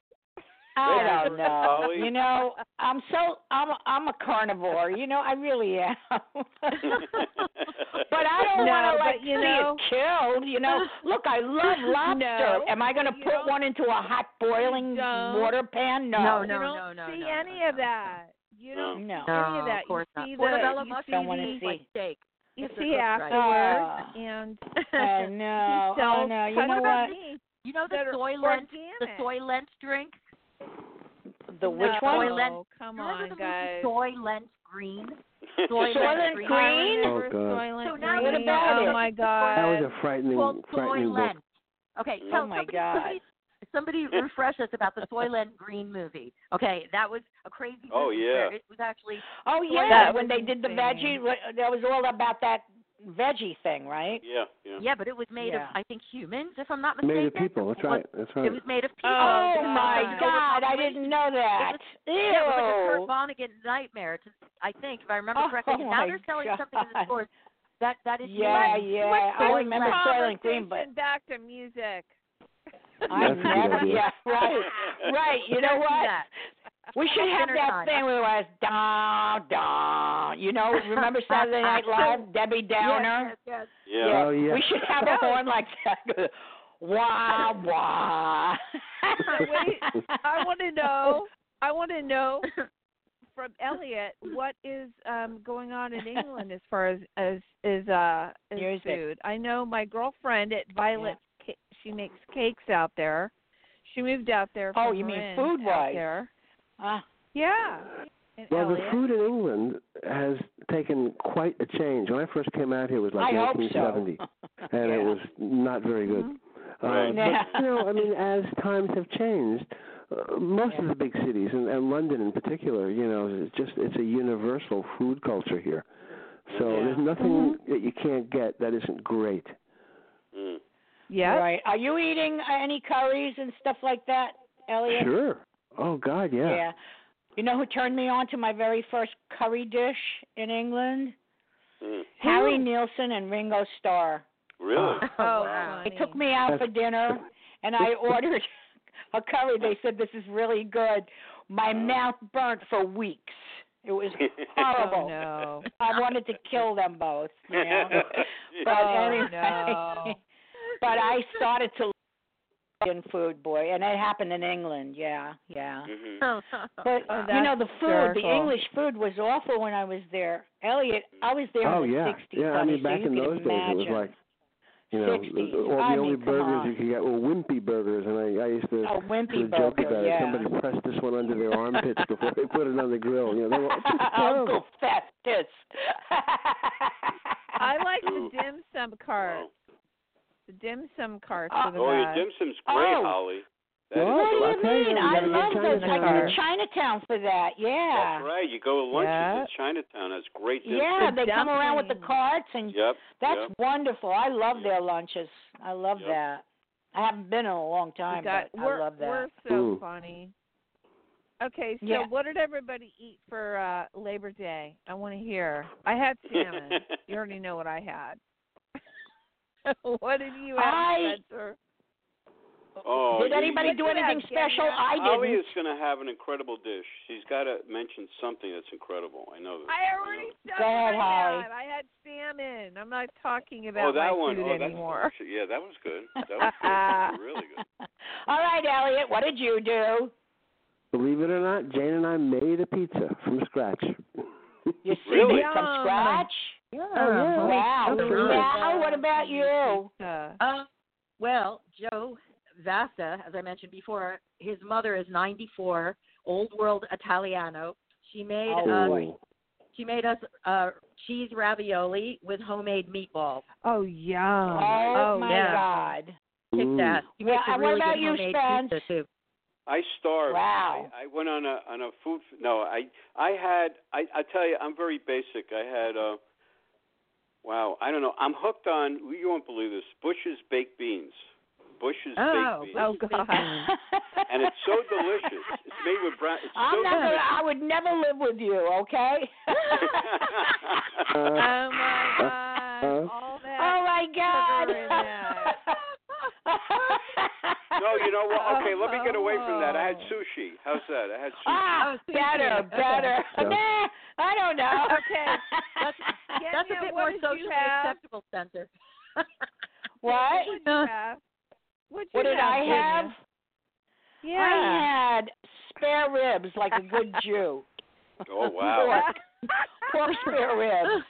I don't
Veggie
know.
burgers,
You know, I'm so I'm a, I'm a carnivore. You know, I really am. [LAUGHS] [LAUGHS] But
[LAUGHS]
I [LAUGHS] don't
No,
want to
but
like
you
see
know-
it killed. You
[LAUGHS]
know, look, I love lobster. Am I going to
you
put
don't-
one into a hot boiling
you don't.
water pan? No,
No, Oh, no,
you don't
no, no,
see
no,
any
no,
of
no.
that. You don't
no.
see any
No,
of that.
of course
you
not.
see
Portobello
the
mustard
you
Don't wanna
see,
tastes
see.
like steak.
the, you
if they're
see
cooked right.
afterwards,
Uh.
and [LAUGHS]
I know.
he
Oh
sells
no. You know
cuts
what?
of meat
you know the
that are
Soylent,
organic.
the Soylent drink.
The which
no, Oh,
one?
Soylent-
Come
Remember
on,
the
guys.
movie Soylent Green? Soylent,
Soylent
Green.
Green?
Oh, God.
Soylent
So now
Green.
what about
oh
it?
my
[LAUGHS] That
god.
was a frightening,
Called
frightening book.
Soylent. Okay,
Oh
so
my
somebody,
God.
Somebody, somebody refresh us about the Soylent Green movie. Okay, that was a crazy. Movie
Oh, yeah.
where It was actually
Oh yeah,
That
when
was
they did the
insane.
veggie, that was all about that veggie thing, right?
Yeah, yeah.
yeah, but it was made
Yeah.
of I think humans, if I'm not mistaken.
Made of people. That's
It was-
right. That's
It
right.
was made of people.
Oh,
Oh,
my
God.
God, I didn't know that.
Yeah, it was like a Kurt
Ew.
Vonnegut nightmare. To, I think, if I remember
Oh,
correctly. And now
my
they're selling something in the
God.
stores that that is
Yeah,
less-
yeah.
what's
I
Soylent?
remember Soylent Green, but
Conversation back to music.
I
That's a good
never.
idea.
Yeah, right, right. You know
Let's do
what?
that.
We should have
Dinner
that
time.
thing where it was da da. You know,
[LAUGHS]
remember Saturday Night Live, Debbie Downer.
Yes, yes,
Yeah.
Oh, yeah.
We should have a horn like that. [LAUGHS] wah wah.
[LAUGHS] wait, I
[LAUGHS]
want
Oh.
to know. I want to know from Elliot what is um going on
[LAUGHS]
in England as far as as is uh as
Music.
food. I know my girlfriend at Violet's Ca- she makes cakes out there. She moved out there.
Oh,
from
you mean
Marin
food-wise.
out there?
Ah,
Yeah. In
Well, the
Elliot.
food in England has taken quite a change. When I first came out here, it was like
I hope [LAUGHS]
1970,
so.
and it
Yeah.
was not very good.
Mm-hmm.
Uh,
Yeah.
But you know, I mean, as times have changed, uh, most of
Yeah.
the big cities and, and London in particular, you know, it's just it's a universal food culture here. So there's nothing
Mm-hmm.
that you can't get that isn't great.
Mm.
Yeah.
Right. Are you eating uh, any curries and stuff like that, Elliot?
Sure. Oh God, yeah.
Yeah. You know who turned me on to my very first curry dish in England?
Mm.
Harry Nielsen and Ringo Starr.
Ah.
Really?
Oh,
They
funny.
took me out for
[LAUGHS]
dinner, and I ordered [LAUGHS] a curry. They said this is really good.
Uh.
My mouth burnt for weeks. It
[LAUGHS]
was
[LAUGHS]
horrible.
Oh no.
I wanted to kill them both. You
[LAUGHS]
know? but
Oh,
anyway,
no.
[LAUGHS] but I started to in food boy, and it happened in England. Yeah, yeah.
Mhm.
But
Oh,
you know
that's
the food,
hysterical.
the English food was awful when I was there. Elliot, I was there
Oh
in the
yeah,
60s.
yeah. I
honey, so
mean, back
you
in
can
those days, it was
imagine.
like, you know,
60s.
all the
I mean,
only
come
burgers
on.
you could get were wimpy burgers, and I, I used to
Oh,
sort
wimpy
of joke
burger,
about it.
yeah. [LAUGHS]
Somebody pressed this one under their armpits before they put it on the grill. You know,
[LAUGHS]
they were it's
Oh,
just terrible.
Uncle Festus.
I like the
Ooh.
dim sum cart.
Wow.
The dim sum
[LAUGHS]
carts
Uh,
are the
Oh, your
best.
dim sum's great,
Oh.
Holly. That is
Whoa,
delicious.
What do
Okay,
you mean?
then we
I
gotta go to
love those. I go
Chinatown.
to Chinatown for that. Yeah.
That's right. You go to lunches
Yeah.
at Chinatown. That's great. dim
Yeah,
The
they come around with the
dumplings.
carts, and
sum. Yep.
that's [LAUGHS]
yep.
wonderful. I love their lunches. I love
Yep.
that. I haven't been in a long time,
That-
but
we're,
I love that.
We're so
Ooh.
funny. Okay, so
Yeah.
what did everybody eat for uh Labor Day? I want to hear. I had salmon. you already know what I had. [LAUGHS] what did you have,
I-
Spencer?
[LAUGHS] Oh,
Did
you- Oh,
anybody do
Look at
anything
that,
special?
Kenya.
I
Holly
didn't.
is going to have an incredible dish. She's got to mention something that's incredible. I know this.
I already said
Go ahead,
what
Holly.
I had. I had salmon. I'm not talking
Oh,
about
that
my
one.
food
Oh, that's
anymore.
delicious. yeah, that was good. That was good. That
[LAUGHS]
was really good.
All right, Elliot, what did you do?
Believe it or not, Jane and I made a pizza from scratch.
[LAUGHS]
You see
Really?
it from
Yum.
scratch?
Oh,
Wow.
that's
Wow.
right.
What about you?
[LAUGHS] Uh,
Uh, well, Joe Vasa, as I mentioned before, his mother is 94, old world Italiano. She made
Oh,
us,
boy.
she made us uh, cheese ravioli with homemade meatballs.
oh yum.
Oh, my
yeah.
God.
Kick
Mm.
that. She
Yeah,
makes a
and what
really
about
good
you,
homemade
Spence?
pizza too.
I starved.
Wow.
I, I went on a on a food. No, I I had. I I tell you, I'm very basic. I had. Uh, wow, I don't know. I'm hooked on. You won't believe this. Bush's baked beans. Bush's
Oh,
baked beans. [LAUGHS]
Oh God.
Uh-huh. And it's so delicious. It's made with brown. It's
I'm
so
not gonna, I would never live with you,
[LAUGHS]
okay? [LAUGHS]
oh
Uh,
my God.
Uh,
All that.
oh my God.
Sugar in
[LAUGHS]
that.
No, you know what? Okay, let me get away from that. [LAUGHS] I had
Oh.
sushi. How's that? I had sushi.
Ah,
Oh, sushi.
better,
Okay.
better.
Yeah.
Nah, I don't know.
[LAUGHS] Okay, Yeah,
That's
yeah,
a bit
what
more
did you
socially
have?
acceptable, [LAUGHS] Spencer.
[LAUGHS] what?
What'd you have? What'd you
What did
have,
I
Virginia?
have?
[LAUGHS] Yeah.
I had spare ribs like a good Jew.
Oh [LAUGHS] wow.
Pork spare ribs.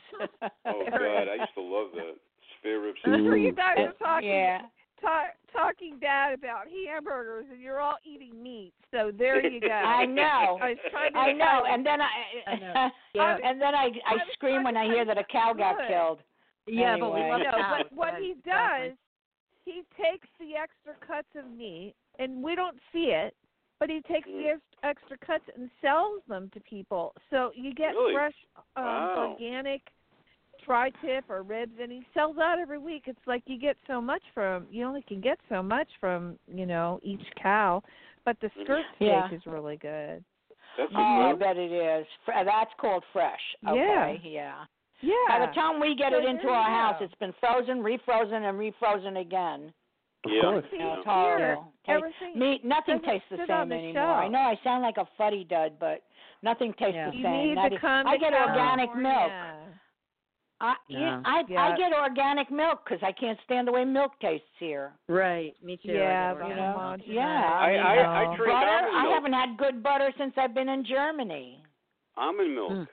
Oh god, I used to love that spare [LAUGHS] rib.
That's where you
Mm.
guys are talking
[LAUGHS] Yeah.
ta- talking bad about hamburgers, and you're all eating meat. So there you go.
[LAUGHS] I know.
I was trying to [LAUGHS]
I know,
decide-
and then I, um,
I
[LAUGHS]
know. Yeah.
and then I I
was
scream when I
trying to
hear that a cow got
good.
killed.
yeah, but we
Anyway.
love
No,
cows.
but what
Right,
he
exactly.
does, he takes the extra cuts of meat, and we don't see it, but he takes
Mm.
the ex- extra cuts and sells them to people. So you get
Really?
fresh, um,
Wow.
organic tri-tip or ribs, and he sells out every week. It's like you get so much from you only can get so much from you know each cow, but
Mm-hmm.
the skirt steak
Yeah.
is really good.
That's
Mm-hmm.
Oh, I
incredible.
bet it is. Fre- That's called fresh. Okay, yeah.
Yeah.
By the time we get
So
it into
there
our
you
house,
go.
it's been frozen, refrozen, and refrozen again.
Of
Yeah.
course.
See,
Yeah.
It's
here,
horrible. Taste-
everything
Meat, nothing
doesn't
tastes the
sit on
same
the
anymore.
shelf.
I know I sound like a fuddy dud, but nothing tastes
Yeah.
the
you
same.
need
Not e-
to come
I
to
get organic milk.
California.
I,
Yeah.
I,
Yeah.
I get organic milk because I can't stand the way milk tastes here.
Right, me too. I
Yeah,
get
but um,
organic.
you
homogenized,
know, yeah.
I
you
I,
know.
I drink
butter.
almond
I
milk.
haven't had good butter since I've been in Germany.
Almond milk.
Mm.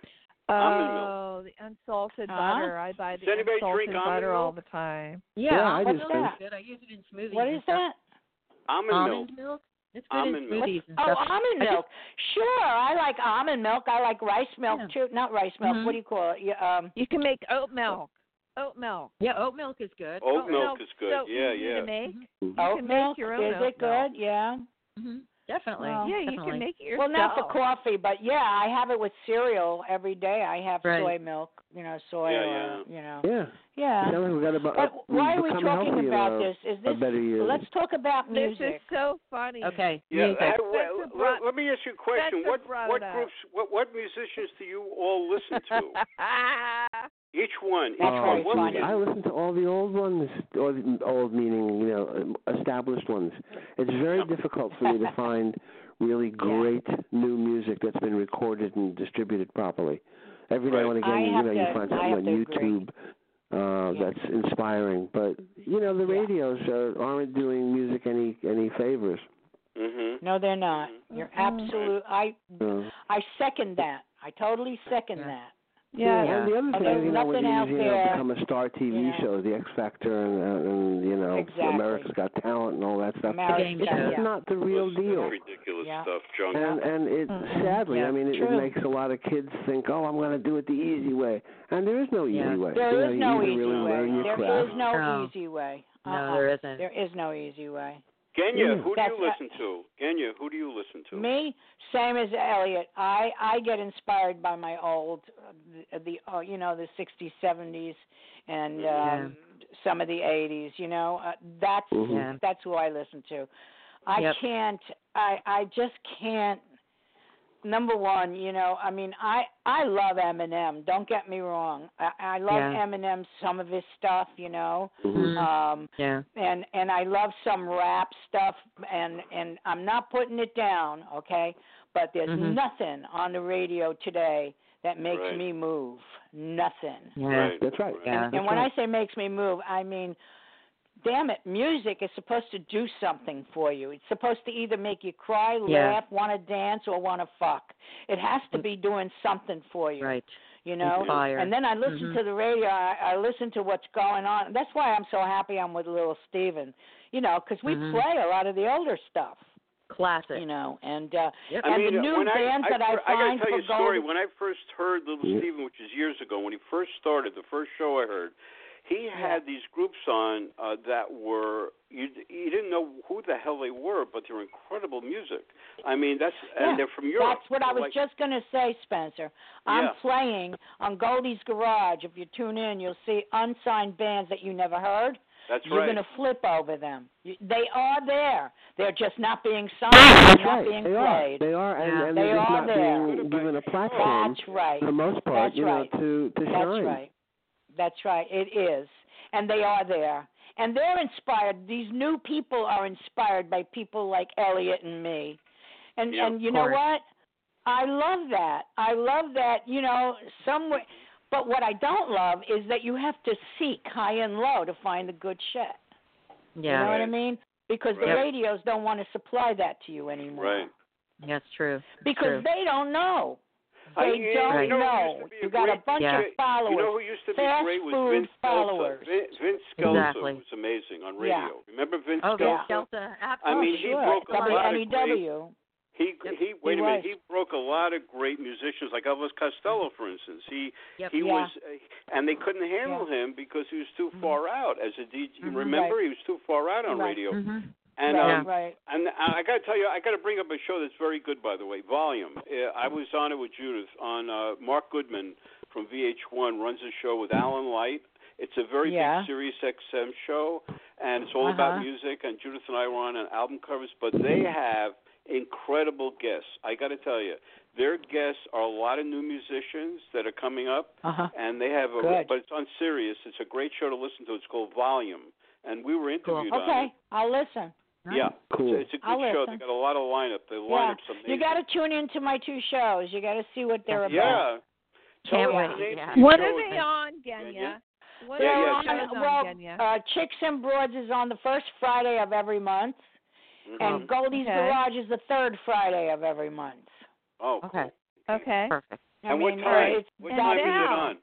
almond milk.
Oh, the unsalted
Huh?
butter. I buy
Does
the
anybody drink
unsalted
almond
butter
milk?
all the time.
Yeah,
Yeah, I
almond
just
milk
think-
is good. I use it in smoothies.
What
and
is
stuff.
that?
Almond,
Almond
milk.
milk. It's good
Almond
in
milk.
smoothies and
Oh,
stuff.
almond
I just-
milk. Sure, I like almond milk. I like rice milk
Yeah.
too. Not rice milk.
Mhm.
What do you call it? Yeah, um,
You can make oat milk. Oat milk.
Yeah, oat milk is good.
Oat milk is good.
so
yeah,
easy
yeah.
To make.
Mhm.
You
oat
can make
milk.
your own
Is
oat
Oh.
it good? Yeah.
hmm Definitely.
Well, yeah, you
definitely.
can make it
Mm-hmm. Well,
yourself.
not for coffee, but yeah, I have it with cereal every day. I have
Right.
soy milk, you know, soy,
Yeah,
or, you know,
Yeah.
yeah.
Sounds like we got about.
But
we've
why are we
uh, become
talking
healthy in
about
our-
this? Is
A
this?
better year.
Let's talk about
This is
music.
so funny. [LAUGHS]
Okay.
Yeah,
music.
I- well,
That's a
let,
bro-
let me ask you a question.
that's a uh,
What what
brother.
groups, what what musicians do you all listen
[LAUGHS]
to? each one, each
That's
oh,
right,
one. What
geez,
funny.
I listen to all the old ones, or the old meaning, you know, um, established ones. It's very difficult for
[LAUGHS]
me to find really great new music that's been recorded and distributed properly. Every now
Right.
and again,
I
you
have
know, you
to-
find
I
something
have
on
to agree.
YouTube uh,
Yeah.
that's inspiring, but you know, the
Yeah.
radios uh, aren't doing music any any favors.
Mm-hmm.
No, they're not. You're absolute. I
Uh,
I second that. I totally second
Yeah.
that.
Yeah.
And the other
But
thing
there's
is, you know, with
nothing out
these, you know,
there,
become a star TV
you know.
show, The X Factor, and, uh, and you know,
Exactly.
America's Got Talent, and all that stuff.
Marriage,
game
it's
show,
just
yeah.
not the real deal.
Ridiculous
Yeah.
stuff, junk.
And and it sadly,
Mm-hmm. Yeah,
I mean, it, it
true.
makes a lot of kids think, oh, I'm going to do it the easy way, and there is no
Yeah.
easy way. you know,
There is
you
no
either
easy
really learn
way.
your
There
craft.
is no
No.
easy way.
No,
Uh-huh.
Uh-uh.
there isn't.
There is no easy way.
Genya,
Mm.
who do
That's-
you listen to? Genya, who do you listen to?
Me, same as Elliot. I I get inspired by my old, uh, the, the uh, you know the '60s, '70s, and
Yeah.
um, some of the '80s. You know, uh, that's
Mhm.
Yeah.
that's who I listen to. I
Yep.
can't. I I just can't. Number one, you know, I mean, I I love Eminem. Don't get me wrong. I, I love
Yeah.
Eminem. Some of his stuff, you know.
Mm-hmm.
Mhm.
Um,
Yeah.
and and I love some rap stuff and and I'm not putting it down, okay? But there's
Mhm.
nothing on the radio today that makes
Right.
me move. Nothing.
Yeah.
Right.
That's right.
Yeah.
and when I say makes me move, I mean damn it, music is supposed to do something for you. It's supposed to either make you cry,
Yeah.
laugh, want to dance or want to fuck. It has to be doing something for you
Right.
you know
Inspire.
and then i listen
Mm-hmm.
Mhm.
to the radio I, I listen to what's going on that's why i'm so happy i'm with little steven you know because we
Mm-hmm.
Mhm.
play a lot of the older stuff
Classic.
Mm.
you know and uh
Yep.
I
and
mean,
the
uh,
new
when I,
bands
I,
that I
fir- I gotta
find
tell
for
you a story.
gold-
When I first heard Little
Yeah.
Steven, which is years ago, when he first started, the first show I heard, he had these groups on uh, that were you you didn't know who the hell they were, but they were incredible music. I mean, that's
Yeah,
and they're from Europe.
That's what I was
Like,
just going to say, Spencer. I'm
Yeah.
playing on Goldie's Garage. If you tune in, you'll see unsigned bands that you never heard.
That's
You're
right.
going to flip over them. You, they are there. They're just not being signed. They're
That's
not
right.
being
They are.
played.
They are, and,
Yeah.
and
They
they're just
are
not
there.
being given a platform
That's right.
for the most part,
That's
you know,
right.
to to
That's
shine.
right. That's right. It is. And they are there. And they're inspired. These new people are inspired by people like Elliot and me. And
Yeah,
and you
of
know
course.
what? I love that. I love that, you know, somewhere but what I don't love is that you have to seek high and low to find the good shit. You know
Yeah.
what I mean? Because the
Right.
radios don't want to supply that to you anymore.
Right.
That's true. That's
Because
true.
they don't know. They
I, you
don't
you know,
know.
who used to be
You got a
great-
bunch
Yeah.
of followers.
You know who used to be
Fast
great was
food
Vince
followers.
Skelsa. Vin- Vince Skelsa
Exactly.
was amazing on
Yeah.
radio. Remember Vince
oh,
yeah.
Skelsa?
Vince Delta.
I mean,
Absolutely.
he
Oh, sure. E
broke a lot of
WNEW.
He
Yep.
he. Wait
He
a minute.
was.
He broke a lot of great musicians, like Elvis Costello, for instance. He
Yep.
he
Yeah. Mm-hmm.
was, uh, and they couldn't handle him because he was too far out as a DJ.
Mhm.
Remember, he was too far out on
Right. Mm-hmm.
radio.
Mhm.
And
right,
um,
right.
and I got to tell you, I got to bring up a show that's very good, by the way. Volume. Uh, I was on it with Judith on uh, Mark Goodman from VH1 runs a show with Alan Light. It's a very
Yeah.
big Sirius XM show, and it's all about
Uh-huh.
music. And Judith and I were on an album covers, but they have incredible guests. I got to tell you, their guests are a lot of new musicians that are coming up
Uh-huh.
and they have a
Good.
but it's on Sirius. It's a great show to listen to. It's called Volume, and we were interviewed on it.
Okay, I'll listen.
Yeah,
Cool.
it's, it's a good
I'll
show.
listen.
They got a lot of lineup. The lineup's amazing.
You got to tune into my two shows. You got to see what they're about.
yeah. Tell
Can't
us
wait,
the name
yeah.
of your
What
show
are they
again.
on,
Genya?
Genya? What
Yeah,
are
yeah,
on
Genya.
shows on,
well,
Genya?
uh, Chicks and Broads is on the first Friday of every month,
Mhm.
and Goldie's
Okay.
Garage is the third Friday of every month.
Oh, cool.
Okay.
Okay.
Perfect.
I
And what
mean, uh,
time?
it's
What
And
time is it
now-
on?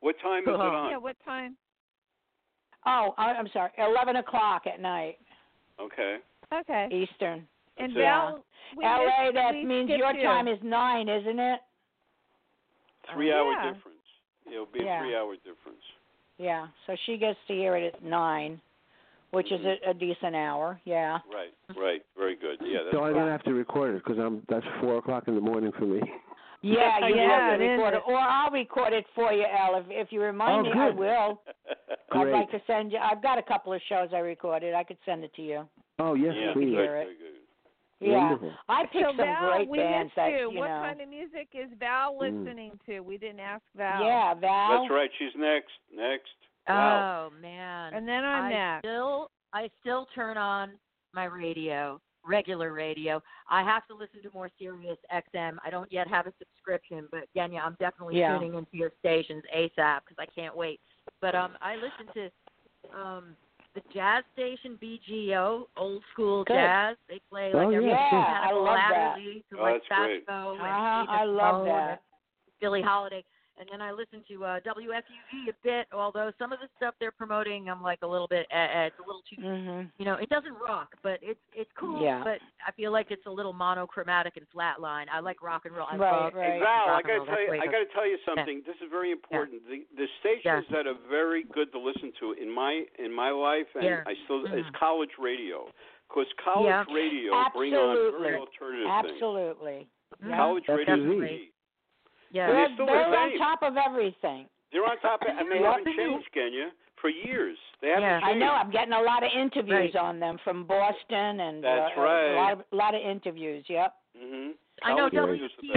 What time is it
Yeah,
on?
what time?
Oh, I- I'm sorry, eleven o'clock at night
Okay.
Okay.
Eastern.
And
so-
Val, we
LA,
missed-
uh, that
we
means
skipped
your
you.
time is nine, isn't it?
Three hour
yeah.
difference. It'll be
Oh, Yeah.
a three hour difference.
Yeah. So she gets to hear it at nine, which is
Mhm.
a, a decent hour. Yeah.
Right. Right. Very good. Yeah, that's
So I'm
fine.
gonna have to record it because I'm that's four o'clock in the morning for me.
Yeah, you
Yeah,
have to
it
record
is.
it, or I'll record it for you, Al. If if you remind
Oh,
me, I
good.
will.
[LAUGHS]
Great.
I'd like to send you. I've got a couple of shows I recorded. I could send it to you.
Oh yes,
yeah,
please.
hear
very,
it.
very good.
Yeah,
Wonderful.
I picked
so
some
Val,
great
we
bands
missed
that
you.
you
what
know.
kind of music is Val
Mm.
listening to? We didn't ask Val.
Yeah, Val.
That's right. She's next. Next. Wow.
Oh man.
And then I'm
I
next.
still I still turn on my radio, regular radio. I have to listen to more Sirius XM. I don't yet have a subscription, but Genya, I'm definitely
Yeah.
tuning into your stations ASAP because I can't wait. But um, I listen to um the jazz station BGO, old school
Good.
jazz. They play like
Oh,
everything
yeah,
from
yeah. I
Hannibal
love that.
Adderley to
Oh,
like
that's great.
Saxo and
Uh-huh,
Nina
I love
Simone
that.
and Billie Holiday. And then I listen to uh, WFUV a bit, although some of the stuff they're promoting, I'm like a little bit, eh, eh, it's a little too,
Mhm.
you know, it doesn't rock, but it's it's cool.
Yeah.
But I feel like it's a little monochromatic and flatline. I like rock and roll. I
Right,
love
right.
Hey, Val, I
rock and
gotta
roll. That's
tell you,
way
I
good.
gotta tell you something. This is very important. The the stations that are very good to listen to in my in my life, and
Yeah.
I still is
Mhm.
college radio, because college
Yeah.
radio bring on
Absolutely.
very alternative things.
Absolutely.
Mhm.
College
That's
radio, is
great.
key.
Yeah.
And
They're,
it's still
they're
the
on
same.
top of everything.
they're on top, of, and they
Yeah.
haven't changed, Kenya, for years. They haven't
Yeah.
changed.
I know. I'm getting a lot of interviews
Right.
on them from Boston and
That's
uh,
right.
a lot of, lot of interviews. Yep.
hmm
I know
College
radio's the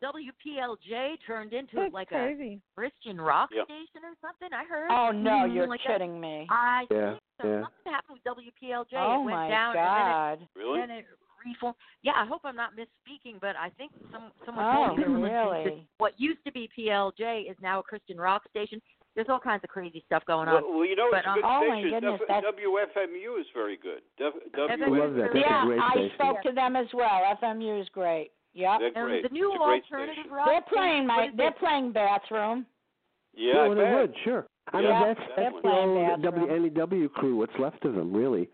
WPL, [LAUGHS] WPLJ turned into
That's [LAUGHS]
like a
crazy.
Christian rock
Yeah.
station or something. I heard.
Oh no,
Mhm,
you're
like that.
kidding me.
I
Yeah,
think so.
yeah.
Something happened with WPLJ.
oh
it went
my
down and then it
God.
Really?
Then it reformed. Yeah, I hope I'm not misspeaking, but I think some someone
Oh
told me they were listening to-
really?
what used to be PLJ is now a Christian rock station. There's all kinds of crazy stuff going
Well,
on.
well, you know,
But,
it's a
um,
good
oh, my
station.
goodness,
W-
that's-
WFMU is very good. W-
I love that. That's
yeah,
a great
I
station.
spoke to them as well. FMU is great. Yep.
They're
And
great.
the new
it's a great
alternative
station.
rock.
They're playing
station,
my.
what is
They're
it?
playing bathroom.
Yeah, I
well,
bet.
they would, sure. I
Yeah,
mean, that's
that
that's
one.
the
Playing
old
bathroom.
WNEW crew. What's left of them, really?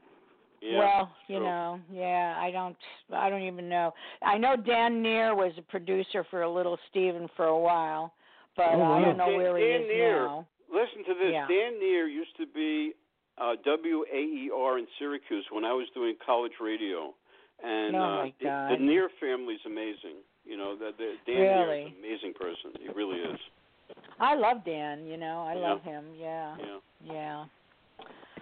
Yeah.
well, you
true.
know, yeah, I don't, I don't even know. I know Dan Neer was a producer for Little Steven for a while, but
Oh,
I
wow.
don't know
Dan-
where
Dan
he is
Neer.
now.
Listen to this.
Yeah.
Dan Neer used to be uh, WAER in Syracuse when I was doing college radio, and
Oh,
uh,
my
the-
God.
the Neer family's amazing. You know, the, the, Dan Neer is
Really?
an amazing person. He really is.
I love Dan. You know, I
Yeah.
love him. Yeah,
Yeah.
yeah.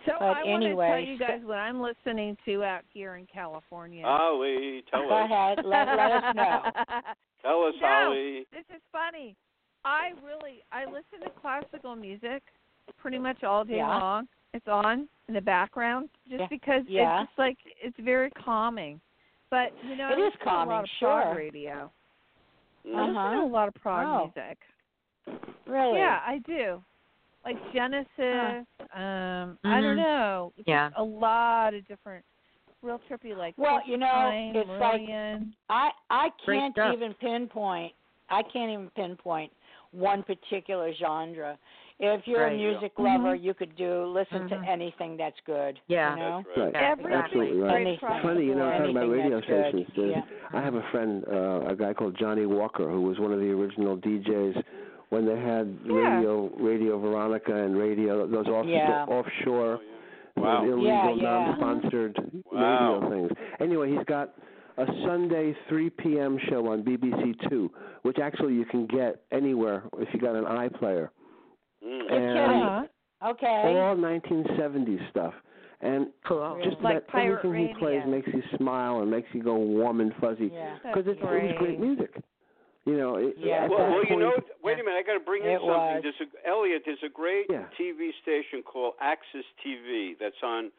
So
But
I want to
anyway,
tell you
so-
guys what I'm listening to out here in California. [LAUGHS]
Holly, tell
Go
us.
ahead. Let, let us
[LAUGHS]
know.
Tell us,
No.
Holly.
[LAUGHS] This is funny. I really I listen to classical music pretty much all day
Yeah.
long. It's on in the background just
Yeah.
because
Yeah.
it's just like it's very calming. But you know, I
It is
listen to a
calming,
lot of
sure.
prog radio. I
Mm.
Uh-huh.
listen to a lot of prog
Oh.
music.
Really?
Yeah, I do. Like Genesis, um, I
Mhm.
don't know,
Yeah.
a lot of different, real trippy like.
Well, you know,
Porcupine,
it's like-
Marillion.
I I
Great
can't
stuff.
even pinpoint. I can't even pinpoint one particular genre. If you're
Right.
a music
Mhm.
Mm-hmm.
lover, you could do listen
Mhm.
to anything that's good.
Yeah.
You know?
That's right.
Yeah,
Everything
exactly.
Absolutely right.
Anything.
Right.
Funny, you know,
Or
talking about
anything
radio
that's good.
stations. there's-
Yeah.
I have a friend, uh, a guy called Johnny Walker, who was one of the original DJs when they had
Yeah.
radio, Radio Veronica, and radio those off-
Yeah.
offshore
Oh, yeah.
those
Wow.
illegal,
Yeah, yeah.
non-sponsored
Wow.
radio things. Anyway, he's got a Sunday 3 p.m. show on BBC Two, which actually you can get anywhere if you got an iPlayer.
Mm.
You're
And-
Uh-huh.
kidding. Okay.
all 1970s stuff. And
Cool.
just
Like
that
pirate
everything he plays
radio.
makes you smile and makes you go warm and fuzzy
Yeah.
because it's it was great music. You know, it,
Yeah.
at
Well,
that
well,
point,
you know, wait a minute. I got to bring in
It
something.
was.
There's a, Elliot, there's a great
Yeah.
TV station called Axis TV that's on.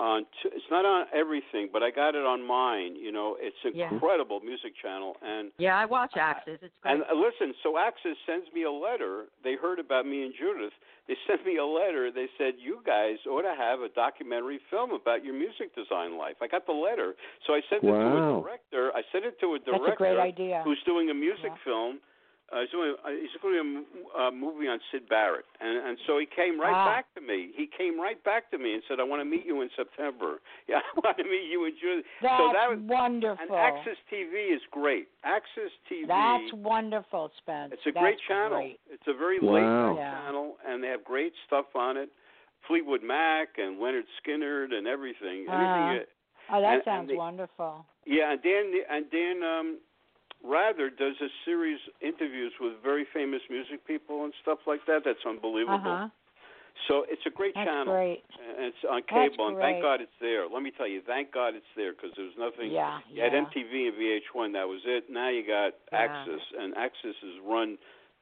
On t- it's not on everything, but I got it on mine. You know, it's
Yeah.
incredible music channel, and
Yeah, I watch Axis. It's great.
and uh, listen. So Axis sends me a letter. They heard about me and Judith. They [LAUGHS] sent me a letter. They said you guys ought to have a documentary film about your music design life. I got the letter, so I sent it to
Wow.
a director. I sent it to a
That's
director
a great idea.
who's doing a music
Yeah.
film. Uh, he's doing uh, he's doing a m- uh, movie on Sid Barrett, and and so he came right
Wow.
back to me. He came right back to me and said, "I want to meet you in September. [LAUGHS] Yeah, I want to meet you in June."
That's
so that was and
wonderful.
Access TV is great. Access TV.
That's wonderful, Spence.
it's a
That's
great channel.
great.
It's a very
Wow.
late night [LAUGHS]
Yeah.
channel, and they have great stuff on it. Fleetwood Mac and Leonard Skinner and everything. Everything.
Uh-huh.
you-
Oh,
And-
that
and
sounds
the-
wonderful.
Yeah, and Dan and Dan um, Rather does a series interviews with very famous music people and stuff like that. That's unbelievable.
Uh huh.
So it's a great
That's
channel.
great.
And it's on
That's
cable, and thank
great.
God it's there. Let me tell you, thank God it's there because there was nothing.
Yeah.
You had MTV and VH1, that was it. Now you got
Yeah.
Axis, and Axis is run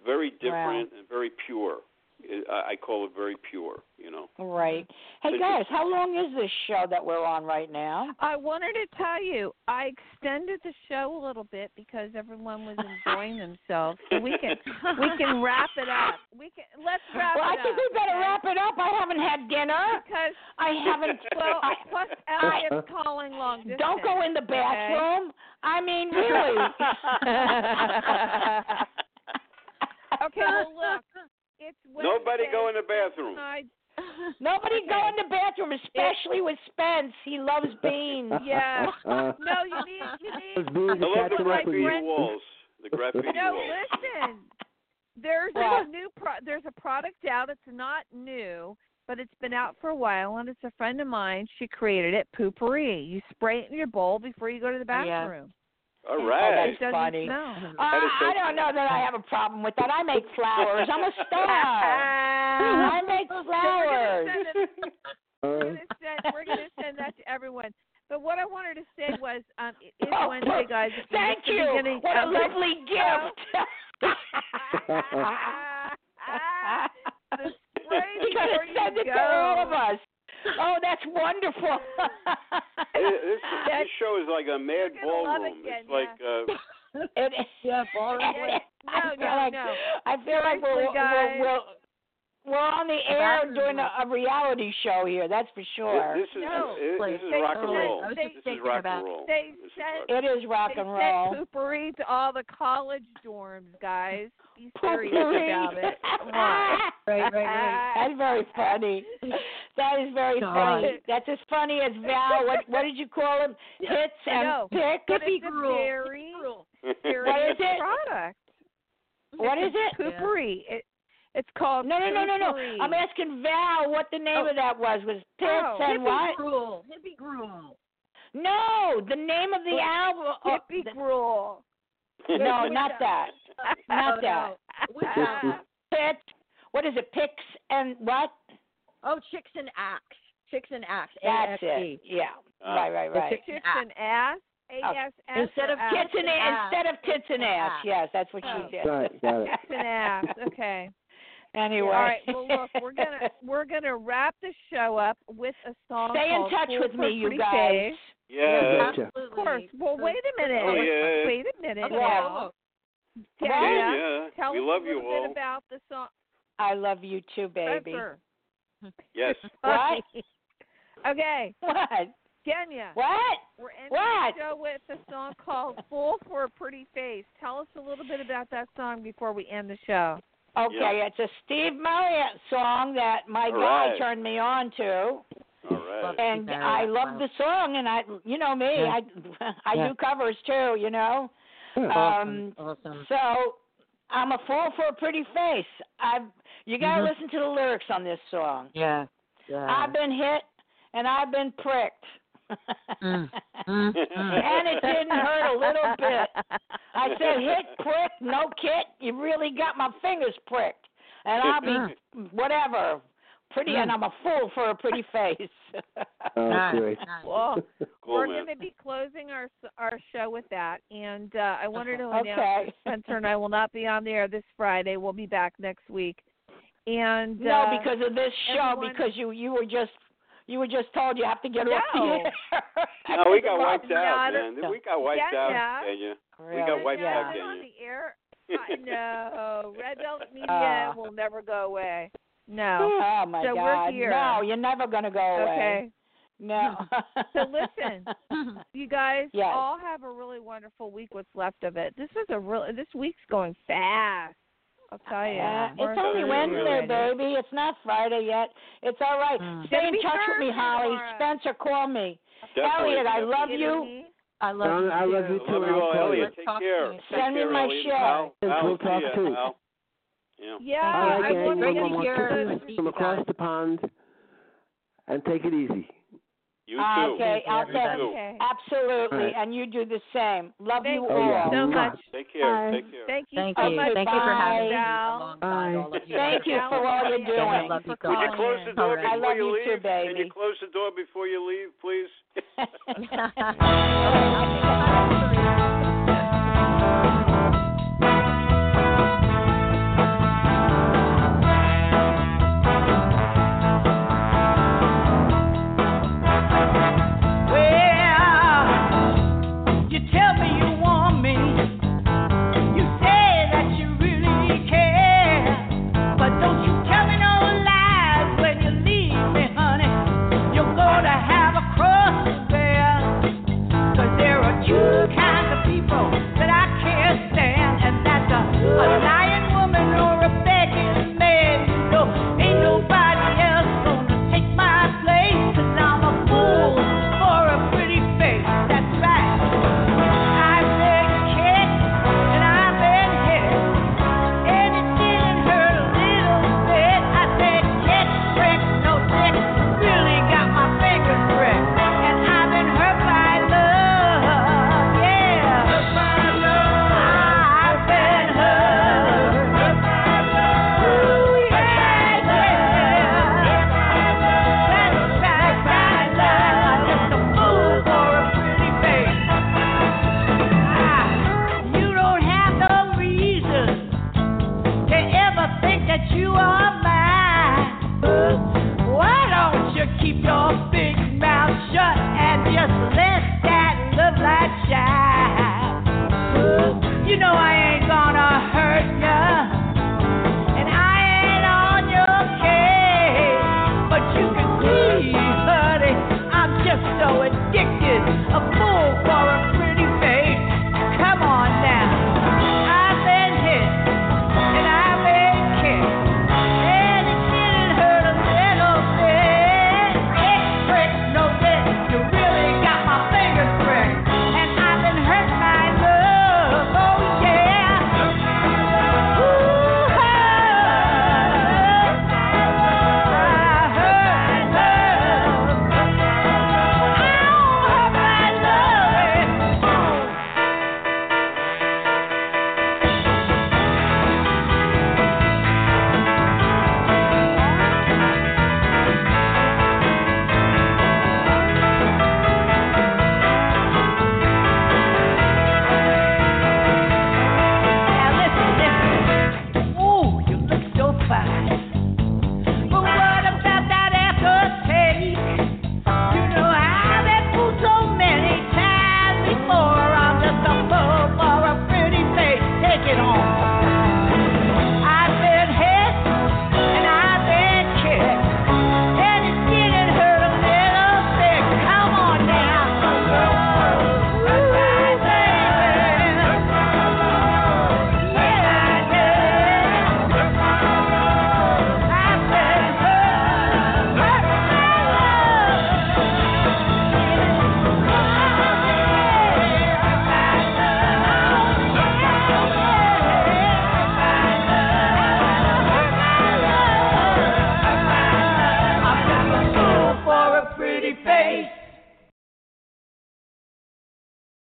very different and very pure. It, I, I call it very pure, you know.
Right. Hey
But-
guys, how long is this show that we're on right now?
I wanted to tell you, I extended the show a little bit because everyone was enjoying themselves. So we can we can wrap it up. We can let's wrap
well, I
it
think
up.
we better
okay?
wrap it up. I haven't had dinner.
because [LAUGHS]
I haven't.
well,
[LAUGHS] I-
plus Ellie is calling long distance.
[LAUGHS] don't go in the bathroom. I mean,
[LAUGHS]
really.
[LAUGHS] Okay, well look, it's Wednesday.
Nobody go in the bathroom.
I-
[LAUGHS] Nobody go
Okay.
in the bathroom, especially with Spence.
[LAUGHS]
He loves beans.
[LAUGHS]
Yeah. No, you need you need.
I
Beans
love the
Uh, catching up with
graffiti
you.
walls. The graffiti
[LAUGHS] No,
walls.
listen. There's
Yeah.
a new pro- there's a product out. It's not new, but it's been out for a while, and it's a friend of mine. She created it. Poopery. You spray it in your bowl before you go to the bathroom.
All
Oh, that's
right.
[LAUGHS] It doesn't
funny. [LAUGHS]
smell.
Uh,
That is so
I don't know that I have a problem with that. I make flowers.
[LAUGHS]
I'm a star. I make
We're
flowers.
gonna send
[LAUGHS]
it-
All
we're
right.
gonna send- We're going to send that to everyone. But what I wanted to say was, um, it is
Oh,
Wednesday, guys. If you
Thank
missed the
you.
beginning
What a
of-
lovely [LAUGHS] gift.
the spray
He's going
before
to
you
send it
go.
to all of us. Oh, that's
[LAUGHS]
wonderful.
It- This,
That-
this show is like a mad
You're gonna love it,
ballroom. It's
Kenya.
like uh,
It, yeah, [LAUGHS] I
No,
feel
no,
like,
no.
I feel like
Seriously,
we're, we're,
guys.
we're, we're on the air doing a, a reality show here, that's for sure.
[LAUGHS] this is
No,
it-
please.
this is
They
rock and
said-
roll.
I was
This
just
is
thinking
rock
about-
and roll.
they
This is
said-
rock-
it is rock and roll.
They sent poopery to all the college dorms, guys.
[LAUGHS]
Be serious
Potpourri.
about it. Come
[LAUGHS]
on.
Right, right,
[LAUGHS]
That's very funny. That is very
God.
funny. That's as funny as Val. What what did you
[LAUGHS]
call him? Hits and
No.
pick.
But it's a very
What
[LAUGHS]
serious
is it?
product.
What is
[LAUGHS]
it?
Poopery. It, it's called
No, no, no, no, no.
poopery.
I'm asking Val what the name
Oh.
of that was. Was Pits
Oh.
and what?
[LAUGHS] gruel. Hippie gruel.
No, the name of the
Well,
album. oh,
Hippie
the-
gruel.
[LAUGHS] no, not that.
[LAUGHS]
Not
Oh,
that.
no. With, uh,
Pits. What is it? Picks and what?
oh, chicks and axe. Chicks and axe.
That's
AXE.
it. Yeah.
Uh,
right, right,
The
right.
chicks and
Chicks
axe.
and ass. A-S-S
Oh.
Instead of
or ass?
Tits and
ass.
instead of tits and ass.
ass.
Yes, that's what
Oh.
she did.
Right, got
[LAUGHS]
it.
Tits and ass. Okay.
Anyway.
All right. Well, look, we're
[LAUGHS]
gonna we're gonna wrap the show up with a song.
Stay in
called
touch
Fool
with
for
me, you
Pretty
guys.
Face.
Yeah.
Gotcha.
Absolutely.
Of course. Well, wait a minute.
Oh, yeah.
Wait a minute.
Okay.
now.
Yeah.
Dana,
Kenya,
tell
we
us
love
a
you
little
all.
bit about the song.
I love you too, baby.
Pepper.
yes.
[LAUGHS]
What?
Okay,
[LAUGHS] What?
Kenya.
What?
We're ending
What?
the show with a song called "Fool for a Pretty Face." Tell us a little bit about that song before we end the show.
Okay, it's a Steve Marriott song that my
All
guy
right.
turned me on to,
All right.
and
Steve
I
Marriott,
love
wow.
the song. And I, you know me,
Yeah.
I [LAUGHS] I
Yeah.
do covers too, you know.
Yeah.
Um,
awesome.
so I'm a fool for a pretty face. I you gotta
Mhm.
listen to the lyrics on this song.
Yeah.
I've been hit and I've been pricked,
Mm.
[LAUGHS]
Mm,
[LAUGHS]
mm.
and it didn't hurt a little bit. I said, hit prick, no kit. You really got my fingers pricked. And I'll be whatever. Pretty, and I'm a fool for a pretty
[LAUGHS]
face.
Oh,
Nice,
great.
nice.
Well,
Cool,
we're
man.
going to be closing our our show with that, and uh, I wanted to announce
okay.
Spencer
[LAUGHS]
and I will not be on the air this Friday. We'll be back next week. And
No,
uh,
because of this show,
everyone-
because you you were just you were just told you have to get off the
No.
air. [LAUGHS]
No, we got wiped
not
out,
a-
man. We got wiped
Yeah,
out,
yeah.
Kenya.
Really?
got wiped
yeah,
out,
I've been
didn't
on
you?
the air. I
[LAUGHS]
know [LAUGHS] Red Velvet Media
Ah.
will never go away. No.
Oh my
So we're
God!
here.
No, you're never gonna go away.
Okay.
No.
[LAUGHS] So listen.
[LAUGHS]
You guys
Yes.
all have a really wonderful week. What's left of it? This was a real. This week's going fast. I'll tell you.
Oh, Yeah,
We're
it's only
through
Wednesday,
already.
baby. It's not Friday yet. It's all right.
Mm.
Stay
Gonna
in
be
touch with me,
Thursday
Holly.
tomorrow.
Spencer, call me.
Definitely.
Elliot, I love
Kidding
you.
me?
[LAUGHS] I love
Donna,
you.
I love
too.
I
you
love
too.
you all,
I'll call you.
Elliot. Take
Talk to
care.
you.
Take
Send me
care,
my
Elliot.
share.
Al,
Yes,
Al,
we'll
see
talk
ya,
too.
Al. Yeah.
Yeah.
All right,
I
gang.
will
great
Oh, One
to
more
hear
kisses
from you
from across
guys.
the pond, and take it easy.
You too.
Ah, Okay,
Thank you,
okay.
everybody.
Okay.
Absolutely,
All right.
and you do the same. Love
Thank
you
you
Oh, yeah.
all.
so
Mwah.
much.
Take care.
Bye.
Take care.
Thank you
Thank
so
you.
much.
Thank you for having me
Val.
alongside
Bye.
all of you.
Thank you for all you're doing.
I love you so
Would you
much.
close the door
All right.
I
before
love
you
you too,
leave? Can you
baby. [LAUGHS]
close the door before you leave, please?
Bye.